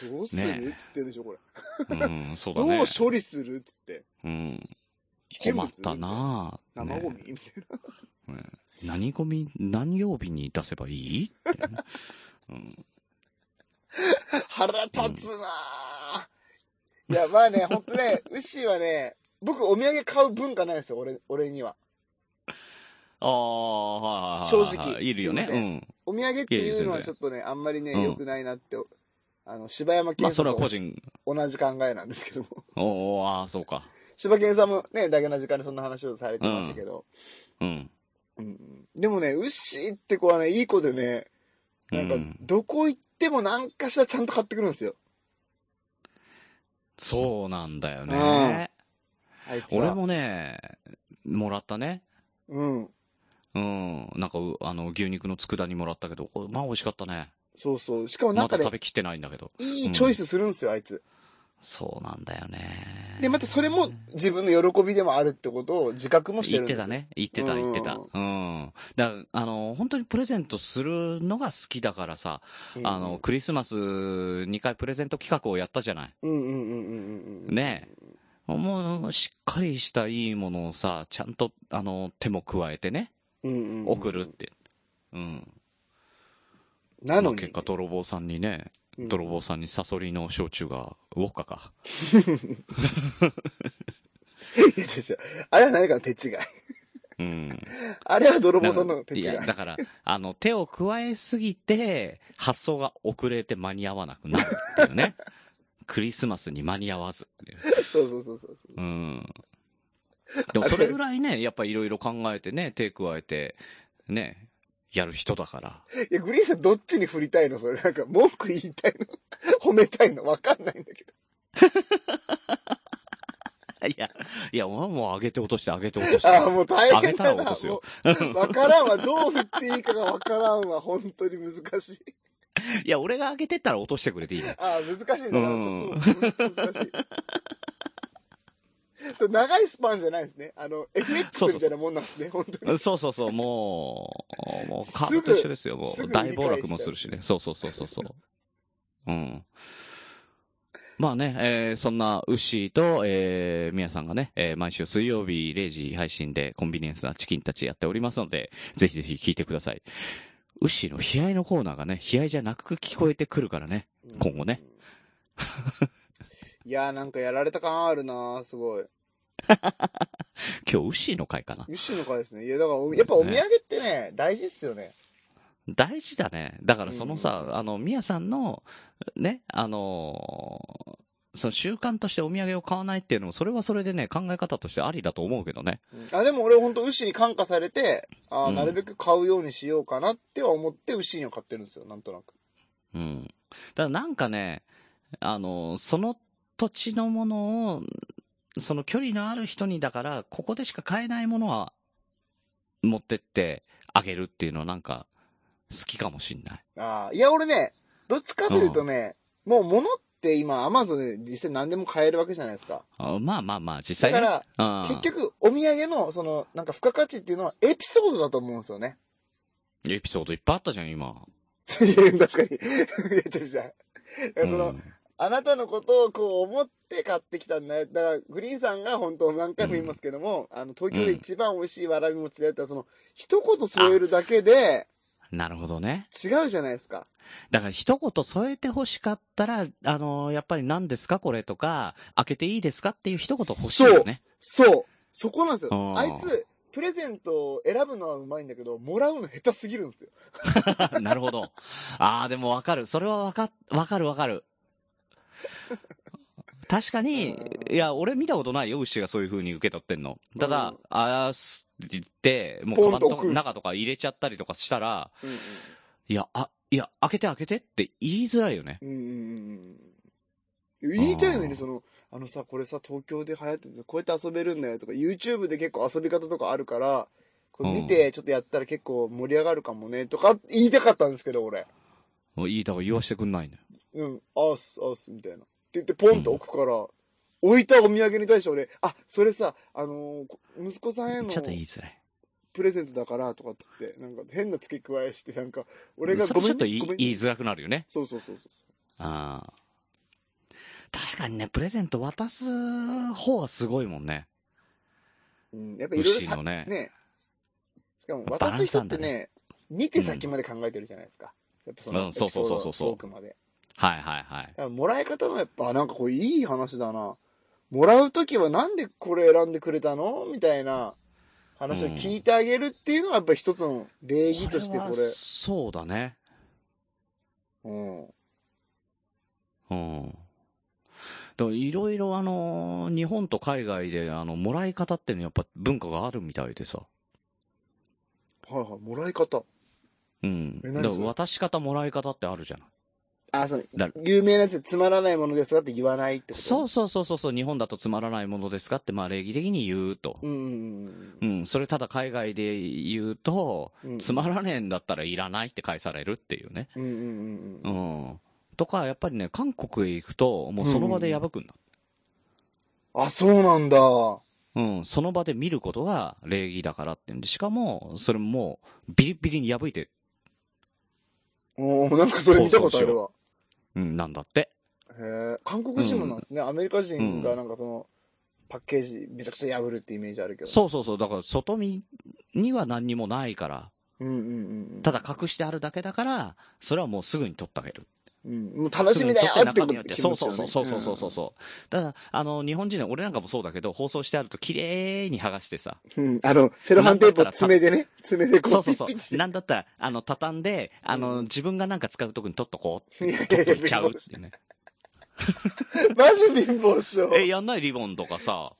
どうする、ねえっつってんでしょ、これ。うん、そうだど うね。処理するっつって。うん、危険困物ったなぁ、生ゴミねみたいうん何ゴミ、何曜日に出せばいいってね、うんな。腹立つなぁ。いや、まあね、ほんとね、ウッシーはね、僕お土産買う文化ないですよ、俺、俺には。ああ、はいはいはい。正直いるよね。すいませうん。お土産っていうのはちょっとね、あんまりね、うん良くないなって、あの、柴山まあ、健さそんれは個と人。同じ考えなんですけども。 おーおーああ、そうか。柴健さんもね、だけな時間でそんな話をされてましたけど。うん。うんうんでもね、ウッシーって子はね、いい子でね、なんかうん、どこ行ってもなんかしらちゃんと買ってくるんですよ。そうなんだよね。あいつは。俺。もね、もらったね。うん。うん。なんかう、あの、牛肉の佃煮もらったけど、これまあ美味しかったね。そうそう。しかもまだ中で食べきってないんだけど。いいチョイスするんですよ、あいつ。そうなんだよね。で、またそれも自分の喜びでもあるってことを自覚もして言るっんでてすよた。ね。言ってた、うんう言んってた。うん。だから、あの、本当にプレゼントするのが好きだからさ、うんあの、、クリスマス2回プレゼント企画をやったじゃない。うんうんうんうんうんうん。ねもう、しっかりしたいいものをさ、ちゃんと、あの、手も加えてね、うんうんうん。送るって。うん。なまのあに。結果、泥棒さんにね、うん泥棒さんにサソリの焼酎が、ウォッカか。いや違う違うあれは何かの手違い。うん。あれは泥棒さんの手い違い。や、だから、あの、手を加えすぎて、発想が遅れて間に合わなくなるっていう ね。クリスマスに間に合わずっていう。そうそうそうそうそう。うん。でもそれぐらいね、やっぱいろいろ考えてね、手加えて、ね、やる人だ から。いや、グリーンさんどっちに振りたいのそれ。なんか、文句言いたいの褒めたいのわかんないんだけど。いや、いや、俺はもう上げて落として上げて落として。ああ、もう大上げ変たらだ落な。とすよも。うわからんわ。どう振っていいかがわからんわ。本当に難しい。いや、俺が上げてったら落としてくれていいね。ああ、難しいんだな。うんそこ難しい。そう長いスパンじゃないですね。あの、FX みたいなもんなんですね。本当に。そうそうそう、もう、もう、株と一緒ですよ、もすう。ぐ大暴落もするしね。そうそうそうそう そう。うん。まあね、えーそんな、ウッシーと、えー、ミヤさんがね、えー毎週水曜日0時配信でコンビニエンスなチキンたちやっておりますので、ぜひぜひ聞いてください。ウッシーの悲哀のコーナーがね、悲哀じゃなく聞こえてくるからね。今後ねうん。いやーなんかやられた感あるなーすごい。今日、ウッシーの回かな。ユッシーの会ですね。いや、だからお、やっぱお土産ってね、大事っすよね。大事だね。だからそのさ、うんあの、ミヤさんの、ね、あのーその習慣としてお土産を買わないっていうのも、それはそれでね、考え方としてありだと思うけどね。うんあでも俺本当ウッシーに感化されて、あーうんなるべく買うようにしようかなっては思ってウッシーには買ってるんですよ、なんとなく。うん。だからなんかね、あのーその土地のものを、その距離のある人にだから、ここでしか買えないものは、持ってってあげるっていうのはなんか、好きかもしんない。ああ、いや俺ね、どっちかというとね、もう物って今アマゾンで実際何でも買えるわけじゃないですか。あまあまあまあ、実だ際ね。から、うん結局お土産のその、なんか付加価値っていうのはエピソードだと思うんですよね。 エピソードいっぱいあったじゃん、今。いや確かに。いや、違う違う。だからその、うんあなたのことをこう思って買ってきたんだよ。だから、グリーンさんが本当何回も言いますけども、あの、東京で一番美味しいわらび餅だよって、その、一言添えるだけでなるほどね。違うじゃないですか。だから一言添えて欲しかったら、あのーやっぱり何ですかこれとか、開けていいですかっていう一言欲しいよね。そうそこなんですあよ。ーあいつ、プレゼントを選ぶのはうまいんだけど、もらうの下手すぎるんですよ。 なるほど。ああ、でもわかる。それはわか、わかるわかる。確かに、うんいや、俺見たことないよ、牛がそういう風に受け取ってんの。ただ、うんあーすって言って、もうカポバンンとと置くか中とか入れちゃったりとかしたら、うんいや、あ、いや、開けて開けてって言いづらいよね。うん。うんうんうん。言いたいのにあーね、その、あのさ、これさ、東京で流行ってて、こうやって遊べるんだよとか、YouTube で結構遊び方とかあるから、これ見て、ちょっとやったら結構盛り上がるかもね、とか言いたかったんですけど、俺。もういい、だから言わしてくんないのよ。うん、あっす、あっす、みたいな。って言って、ポンと置くから、置いたお土産に対して俺、あ、それさ、あのーこ息子さんへのちょっと言いづらい。プレゼントだから、とかっつって、なんか変な付け加えして、なんか、俺がそごれめちょんっね、と言いごめんね言いづらくなるよね。そうそうそうそう。ああ。確かにね、プレゼント渡す方はすごいもんね。うん、やっぱいろいろ牛さのね。ね。しかも、まあバ渡ラすンス人なっんだてねね、見て先まで考えてるじゃないですか。やっぱその、うんそうそうそうそうそうエピソードトークまで。はいはいはいだ。からもらい方のやっぱ、あなんかこれいい話だな。もらうときはなんでこれ選んでくれたのみたいな話を聞いてあげるっていうのはやっぱ一つの礼儀としてこれ。はそうだね。うん。うん。でもいろいろあのー、日本と海外であの、もらい方っていうのはやっぱ文化があるみたいでさ。はいはい。もらい方。うん。えだ何からそれ渡し方もらい方ってあるじゃない。あ、そうだ。有名なやつでつまらないものですがって言わないってことそうそうそうそうそう、日本だとつまらないものですかって、まあ礼儀的に言うと。うんうんうん、それただ海外で言うと、うん。うん。つまらねえんだったらいらないって返されるっていうね。うんうんう。うんん。とか、やっぱりね、韓国へ行くと、もうその場で破くんだ。あ、そうなんだ。うん、その場で見ることが礼儀だからっていうんで、しかも、それももう、ビリビリに破いて、おーなんかそれ見たことあるわ。うん、なんだって。へえ。韓国人もなんですね。アメリカ人がなんかその、パッケージめちゃくちゃ破るってイメージあるけど。そうそうそう、だから外見には何にもないから、う。うんうんうん。ただ隠してあるだけだから、それはもうすぐに取ってあげる。うん。もう楽しみだよすぐにっ取てこって中と身をって。気そう持ちそようねそうそうそうそうそう。ただ、あの、日本人の俺なんかもそうだけど、放送してあると綺麗に剥がしてさ、うん、あの、セロハンテープを爪でね、爪でこそうそう、ピうッそピッしう。て。なんだったら、あの、畳んで、あうの、ん自分がなんか使うとこに取っとこう。いやい取やっといちゃうっていうね。マジ貧乏っしょ。 え、やんないリボンとかさ。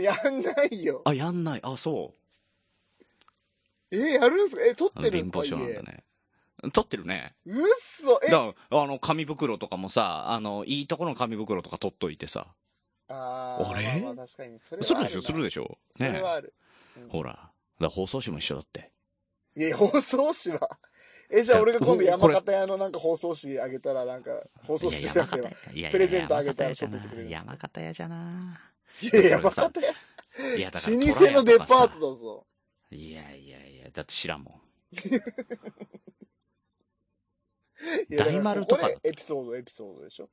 やんないよ。あ、やんない。あ、そう。え、やるんすかえ、撮ってるん貧すか乏症なんだね。取ってるね。家うっそえだからあの、紙袋とかもさ、あの、いいところの紙袋とか取っといてさ。あーあれまあまあ確かに、それはするでしょあするでしょなそれねはある。ほら。だから放送紙も一緒だって。いや、放送紙は。え、じゃあ俺が今度いやこれ山形屋のなんか放送紙あげたらなんか、放送紙いじやゃな山くて形屋いやは。いやプレゼントあげたら山形屋じゃちょっとなくれるい山形屋じゃないや、それ山さ形屋。いや、だから。老舗のデパートトだぞ。いやいやいや、だって知らんもいや大丸とかだらここでエピソード、エピソードでしょ。ん。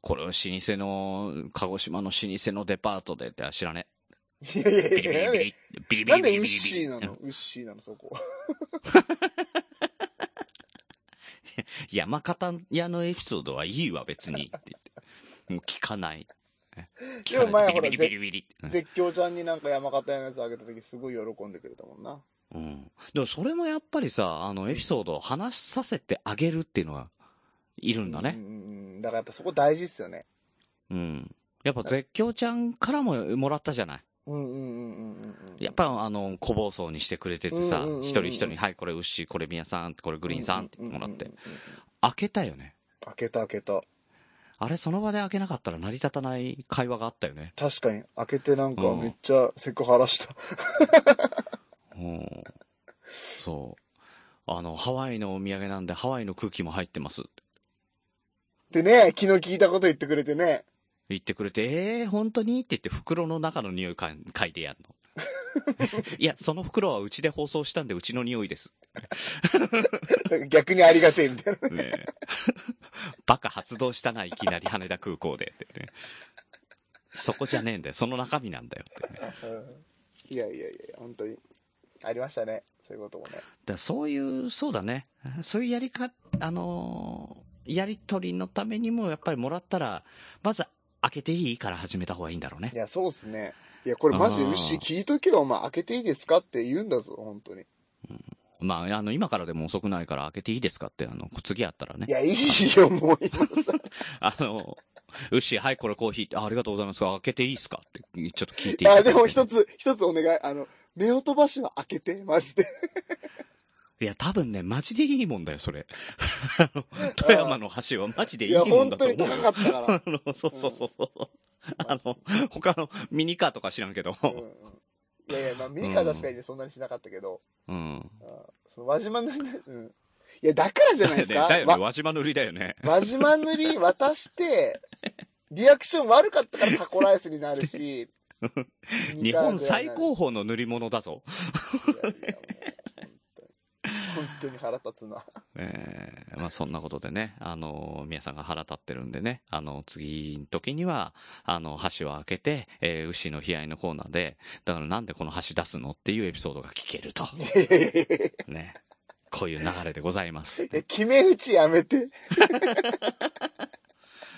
これを老舗の、鹿児島の老舗のデパートでって知らねいやいやえ。ビいリビやいやリビリ、ビリビなリビリんでウッビリシビーなリの。ウッシーなの、そこ。山形屋のエピソードはいいわ、別に。って言って。 もう聞かない。聞でかもな前い。ビリビリビリビリって。うん絶叫ちゃんになんか山形屋のやつあげた時すごい喜んでくれたもんな。うん。でもそれもやっぱりさ、あの、エピソードを話させてあげるっていうのは、いるんだうね。んうんうん。だからやっぱそこ大事っすよね。うん。やっぱ絶叫ちゃんからももらったじゃない。うんうんうんうんうん。やっ、ぱあの、小暴走にしてくれててさうんうんうんう、ん一人一人、はい、これウッシー、これミヤさん、これグリーンさんってもらってうんう。んうんうん。開けたよね。開けた開けた。あれ、その場で開けなかったら成り立たない会話があったよね。確かに、開けてなんかうんめっちゃセクハラした。うん。そう。あの、ハワイのお土産なんで、ハワイの空気も入ってます。でね、昨日聞いたこと言ってくれてね。言ってくれて、えー、本当にって言って袋の中の匂い嗅い嗅いでやんの。いや、その袋はうちで放送したんで、うちの匂いです。なんか逆にありがてえみたいな。ねえ バカ発動したな、いきなり羽田空港でってね。そこじゃねえんだよ。その中身なんだよってね。だかうんいやいやいや、本当に。ありましたね。そういうこともね。らそういう、そうだね。そういうやりか、あのーやりとりのためにも、やっぱりもらったら、まず、開けていいから始めた方がいいんだろうねい。や、そうっすね。いや、これマジでウッシー聞いとけよ。お前開けていいですかって言うんだぞ、本当に。まあ、あの、今からでも遅くないから開けていいですかって、あの、次あったらねい。や、いいよ、もう今さ。あの、ウッシー、はい、これコーヒーって、あありがとうございます。開けていいですかって、ちょっと聞いていたあ、だいてでも一つ、一つお願い。あの、目を飛ばしは開けて、マジで。いや、多分ね、マジでいいもんだよ、そ れ。あの富山の橋はマジでいいいや、も本んだ当とに思う高かよ。ったかあ の、 そうそうそうそう。あの、他のミニカーとか知らんけど。ら。うんうん、いやいや、まあ、ミニカー確かにね、そんなにしなかったけど、うん。うん、その輪島塗り、うん。いや、だからじゃないです ねか。だよね、わ輪島塗りだよね。輪島塗り渡して、リアクション悪かったからタコライスになるし、 日本最高峰の塗り物だぞ。いやいやもう本当に本当に腹立つな。 えーまあそんなことでね、あの、皆さんが腹立ってるんでね、あの、次の時には、あの、橋を開けて、えー牛の悲哀のコーナーで、だからなんでこの橋出すのっていうエピソードが聞けると。いやいやいやいね。こういう流れでござい ます。や決め打ちやめて。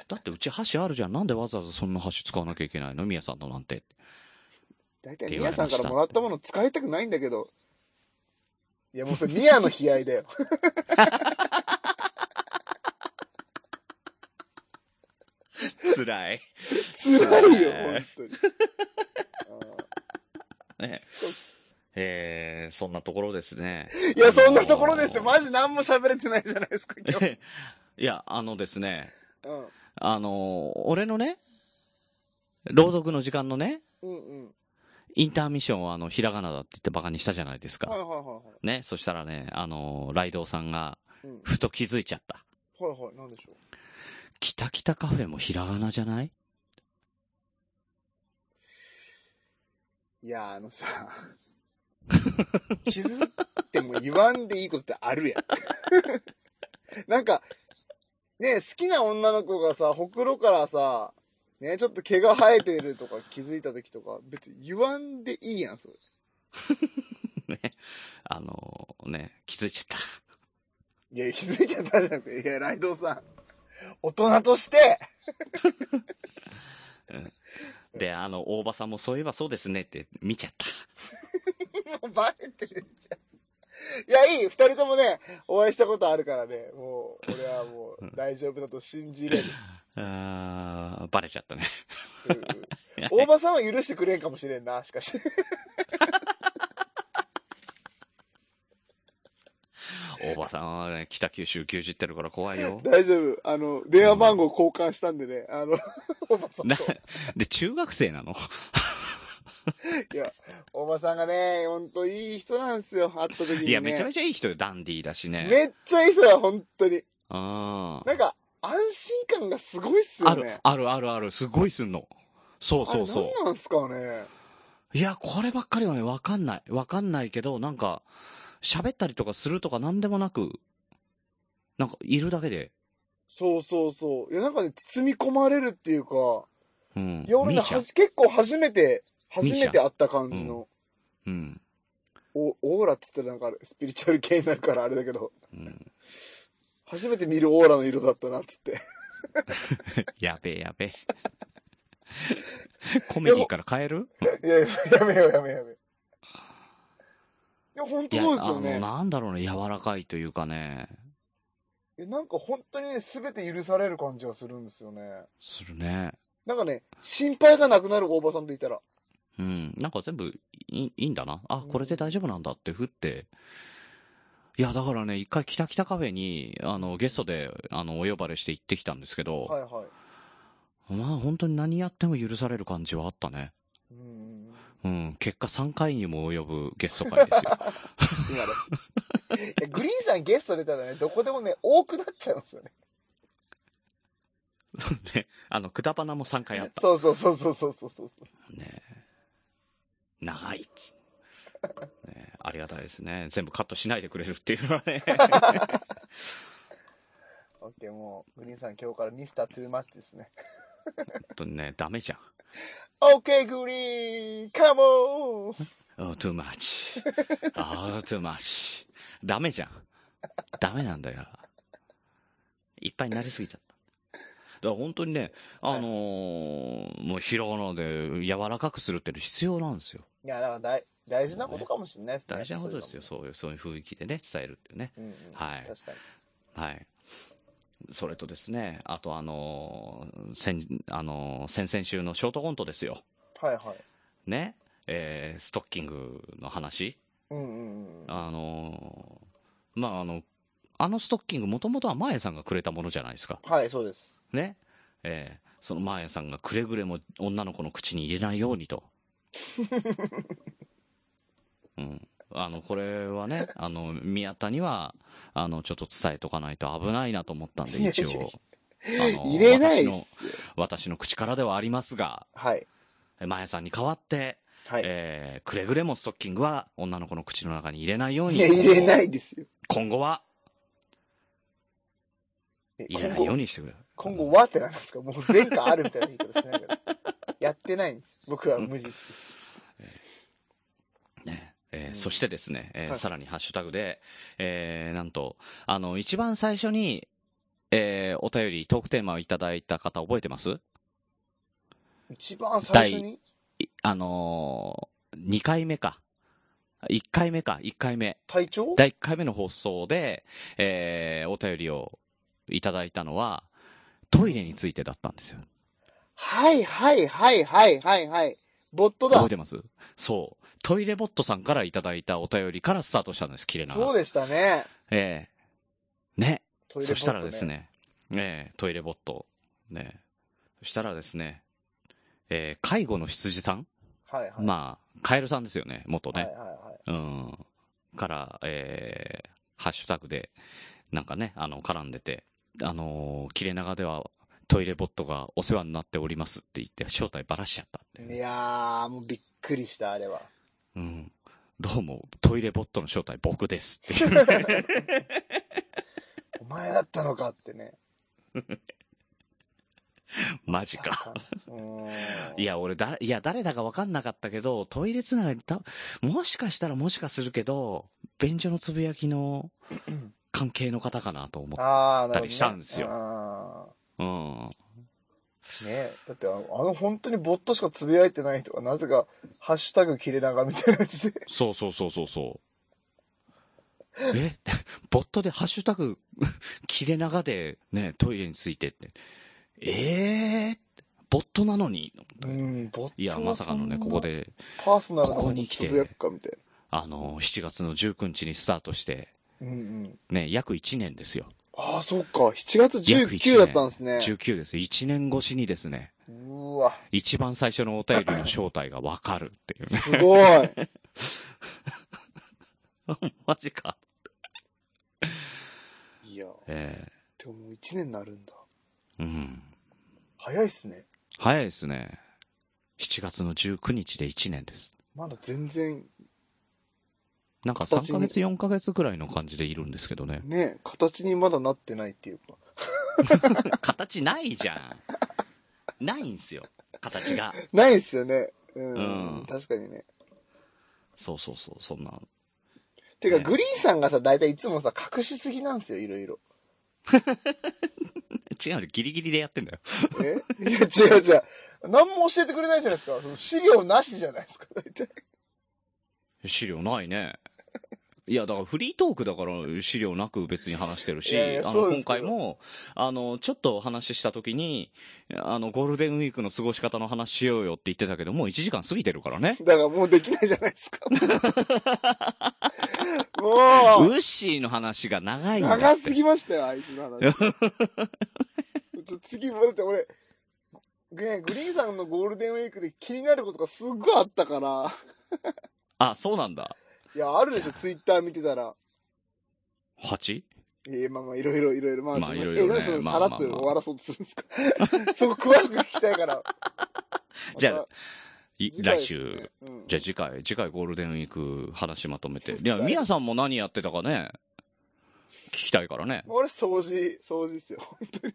だってうち橋あるじゃん。なんでわざわざそんな橋使わなきゃいけないの宮さんのなんて。大体、ミヤさんからもらったもの使いたくないんだけど。いや、もうそれ、ミヤの悲哀だよ。辛い。辛いよ、ね本当に。ね。えーそんなところですねあ。ーいや、そんなところですって、あのーマジ何も喋れてないじゃないですか、今 日。いや、あのですね、うん。あのー俺のね、朗読の時間のね、うんうん。インターミッションはあの、ひらがなだって言ってバカにしたじゃないですはいか。はいはいはね、そしたらね、あのーライドウさんが、い。うん。ふと気づいちゃった。はいはい。なんでしょう。きたきたカフェもひらがなじゃない いや、あのさ、気づっても言わんでいいことってあるやん。なんか、ね好きな女の子がさ、ほくろからさ、ねちょっと毛が生えてるとか気づいた時とか、別に言わんでいいやん、それ。あのーね、気づいちゃった。いや、気づいちゃったじゃなくて、いや、ライドウさん、大人として、で、あの、大場さんもそういえばそうですねって見ちゃった。もうバレてるじゃん。いや、いい、二人ともね、お会いしたことあるからね、もう、俺はもう、大丈夫だと信じれる。あーバレちゃ ったね。うんうん大場さんは許してくれんかもしれんな、し かし。大場さんはね、北九州牛耳ってるから怖い よ。大丈夫。あの、電話番号交換したんでね、あの、大場さんなと。、で、中学生なのいや、 大場さんがね、ほんといい人なんですよ、会った時に、ね。いや、めちゃめちちゃいい人よ、ダンディーだしね。めっちゃいい人だよ、ほんとに。あなんか、安心感がすごいっすあよるね。、あるあるある、すごいすんの。そうそうあれそ何なんすかね。う。いや、こればっかりはね、わかんない。わかんないけど、なんか、喋ったりとかするとかなんでもなく、なんか、いるだけで。そうそうそう。いや、なんかね、包み込まれるっていうか、うん。いや、俺ね、ミーシャはじ結構初めて、初ミーシャめて会った感じの、うん。おオーラっつったらなんかあれスピリチュアル系になるからあれだけど、うん。初めて見るオーラの色だったなっつって。やべえやべえ。コメディから変えるいやいや、やめようやめようやめよう。いや、本当いや、そうですあよの、ね。なんだろうね、柔らかいというかね、いやなんか本当にね、すべて許される感じがするんですよね。するね。なんかね、心配がなくなる大場さんといたら。うん。なんか全部いいいいんだな。あ、これで大丈夫なんだって、ふって。いや、だからね、一回、キタキタカフェに、あの、ゲストで、あの、お呼ばれして行ってきたんですけど、はいはまあ、本当に何やっても許される感じはあったね。い。うん。うん。結果、3回にも及ぶゲスト会です よ。今だし。 いやグリーンさんゲスト出たらね、どこでもね、多くなっちゃうんですよね。ね。あの、くだばなも3回あった。そうそうそうそうそうそうそう。ね長いっつ。ねありがたいですね。全部カットしないでくれるっていうのは ね。オッケー、もう、グリーンさん今日からミスタートゥーマッチですね。本当にね、ダメじゃん。オッケー、グリーン、カモンあー、too much. あー、too much. ダメじゃん。ダメなんだよ。いっぱいになりすぎちゃった。だから本当にね、あのーもう疲労なので柔らかくするっていうの必要なんですよ。いや、だから大大事なことかもしれないですね。大事なことですよ。そそういう、そういう雰囲気でね、伝えるっていうね。ういうのもね。うんうん、はい確かに。はい。それとですね、あとあのー先、あのー先々週のショートコントですよ。はいはい。ね。えーストッキングの話。うんうんうん。あのーまあ、あの、あのストッキング、もともとはマーヤさんがくれたものじゃないですか。はい、そうです。ね。えーそのマーヤさんがくれぐれも女の子の口に入れないようにと。 うん。あの、これはね、あの、宮田には、あの、ちょっと伝えとかないと危ないなと思ったん で、一いやい応。あの入れな私いっすよの、私の口からではありますが、はい。マーヤさんに代わって、はい。えーくれぐれもストッキングは女の子の口の中に入れないように。いや、入れないですよ。今後はえ入れないよう今後にしてくれ。今後はってなんですかもう前科あるみたいな言い方しない から。やってないんです。僕は無実です。ねえーうんそしてですね、えーはいさらにハッシュタグで、えーなんと、あの、一番最初に、えーお便り、トークテーマをいただいた方覚えてます一番最初にいあのー、2回目か。1回目か、1回目。体調第1回目の放送で、えーお便りをいただいたのは、トイレについてだったんですよ。はいはいはいはいはいはい。ボットだ覚え。てますそう。トイレボットさんからいただいたお便りからスタートしたんです、綺麗な。そうでしたね。ええね。トイレボット、そね、したらです。ね、ねえ、トイレボット。ねえそしたらですね、えー介護の羊さん、はいはい。まあ、カエルさんですよね、元ね。はいはいはい。うん。から、えーハッシュタグで、なんかね、あの、絡んでて、あのー切れ長ではトイレボットがお世話になっておりますって言って、正体ばらしちゃったっていういね。やー、もうびっくりした、あ れは。うん。どうも、トイレボットの正体僕ですっていうねお前だったのかってね。マジか。。うーん。いや、俺だ、いや、誰だか分かんなかったけど、トイレつながり、たもしかしたらもしかするけど、便所のつぶやきの関係の方かなと思って。あー、なるほど、ね。たりしたんですよあうん。ーねだってあの、あの本当にボットしかつぶやいてない人が、なぜか、ハッシュタグ切れ長みたいなや つで。そうそうそうそうそう。え ボットでハッシュタグ、 切れ長でね、トイレについてって。えー、ボットなのに。うん、ボットはそんないや、まさかのね、ここ。で、パーソナルなこここにに来来てて。つぶやくかみたいあの、7月の19日にスタートして、な。うんうん。ね、約1年ですよ。ああ、そっか。7月約一19だったんですね。 19です。1年越しにですね、うわ、一番最初のお便りの正体がわかるっていうね。すごい。 マジか。いや、えでももう1年になるんだ。えうん。早いっすね。早いですね。7月の19日で1年です。まだ全然、。なんか3ヶ月、4ヶ月くらいの感じでいるんですけどねね、形にまだなってないっていうか。形ないじゃん。ないんすよ。形が。ないっすよね。うん。うん確かにね。そうそうそう、そんな。てか、ねグリーンさんがさ、大体いつもさ、隠しすぎなんですよ、いろいろ。違うギリギリでやってんだよ。え いや、違う違う。何も教えてくれないじゃないですか。その資料なしじゃないですか、大体。資料ないね。 いや、だからフリートークだから資料なく別に話してるし、いやいやあその、うで今すけど回も、あの、ちょっとお話しした時に、あの、ゴールデンウィークの過ごし方の話しようよって言ってたけど、もう1時間過ぎてるからね。だからもうできないじゃない ですか。ウもう、ッシーの話が長いんだって長すぎましたよ、あいつの 話。ちょ次、だって俺、ね、グリーンさんのゴールデンウィークで気になることがすっごいあったから。あ、そうなんだ。いや、あるでしじょ、ゃあツイッター見てたら。 8? いや、まあまあ、いろいろ、いろいろ。まあ、まあそのいろいろねえなんでそのまあさらっまあとまあ終わらそうとするんですか そこ詳しく聞きたいから。 じゃあまたい次回来ですね週。。うんじゃあ次回、次回ゴールデンウィーク話まとめて。いや、ミヤさんも何やってたかね、聞きたいからね。俺、掃除、掃除ですよ、 本当に。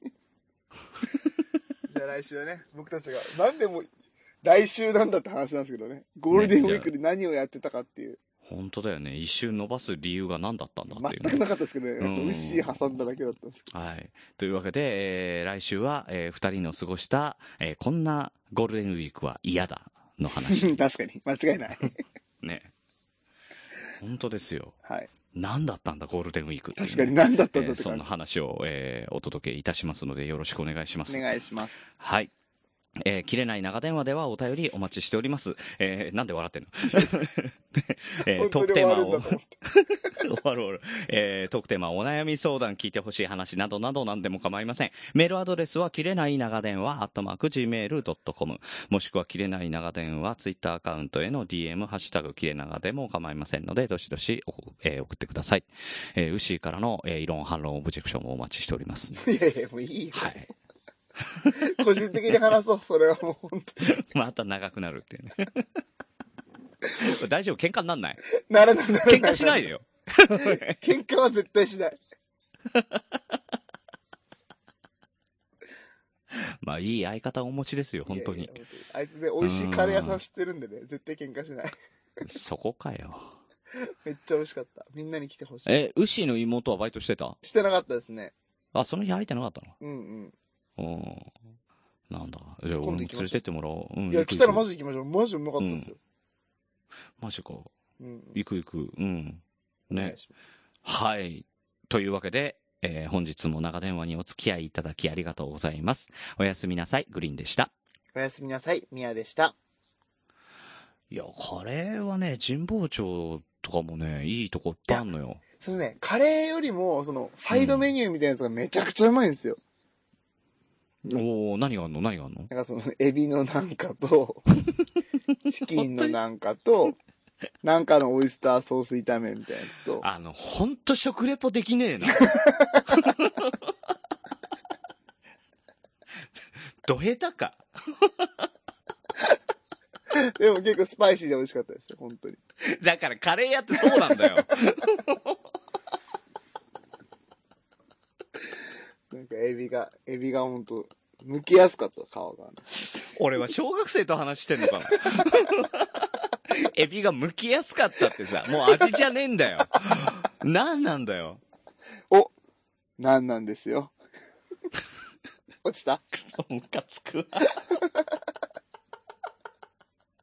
じゃあ来週はね、僕たちが、なんでも、来週なんだって話なんですけどね。ゴールデンウィークで何をやってたかっていう。本当だよね。一周伸ばす理由が何だったんだっていう全くね。なかったですけどね。うんウッシー挟んだだけだったんですけはい。というわけで、えー来週は、えー二人の過ごした、えーこんなゴールデンウィークは嫌だのど。 話。確かに。間違いない。ね。本当ですよ。 はい。何だったんだ、ゴールデンウィークっていうね、確かに何だったんえだーってそん感なじ。話を、えーお届けいたしますので、よろしくお願いします。お願いします。はい。えー切れない長電話ではお便りお待ちしております。えーなんで笑ってんの えートーク本当にテ終ーマわるんだをと、思って終わる終わる。えートークテーマ、お悩み相談、聞いてほしい話などなど何でも構いません。メールアドレスは、切れない長電話、アットマーク、gmail.com。もしくは、切れない長電話、ツイッターアカウントへの DM、ハッシュタグ、切れ長でも構いませんので、どしどしお、えー送ってください。えー、ウッシーからの、えー異論、反論、オブジェクションもお待ちしております。い やいや、もういいよ。はい。 個人的に話そう、それはもう本当に。また長くなるっていうね。 大丈夫喧嘩に なんないならない、ならない。喧嘩しないで よ。喧嘩は絶対しない。まあ、いい相方をお持ちですよ、本当いにや。いや。本当にあいつね、美味しいカレー屋さん知ってるんでね、絶対喧嘩しない。そこかよ。めっちゃ美味しかった。みんなに来てほしい。え、ウシの妹はバイトしてたしてなかったですね。あ、その日空いてなかったうんのうん。なんだ。じゃあ、俺今度も行連きましょうれてってもらおう。う。うんん。いや、来たらマジジで行きましょう。マジうまかったですよ。マジか。うん。行く行く。うん。おね願い。します。はい。というわけで、えー本日も長電話にお付き合いいただきありがとうございます。おやすみなさい。グリーンでした。おやすみなさい。ミヤでした。いや、カレーはね、神保町とかもね、いいとこいっぱいあんのよ。そのね、カレーよりも、その、サイドメニューみたいなやつがめちゃくちゃうまいんですよ。おお何があんの何があんのなんかその、エビのなん かと、チキンのなんかと、なんかのオイスターソース炒めみたいなやつと、あの、ほんと食レポできねえな。 ど下手か。でも結構スパイシーで美味しかったですよ、本当に。だからカレー屋ってそうなんだよ。なんかエビが、エビが本当剥きやすかった、皮が。 俺は小学生と話してんのかな。エビが剥きやすかったってさ、もう味じゃねえんだよ。何なんだよ。おなんなんですよ。落ちたクソムカつくわ。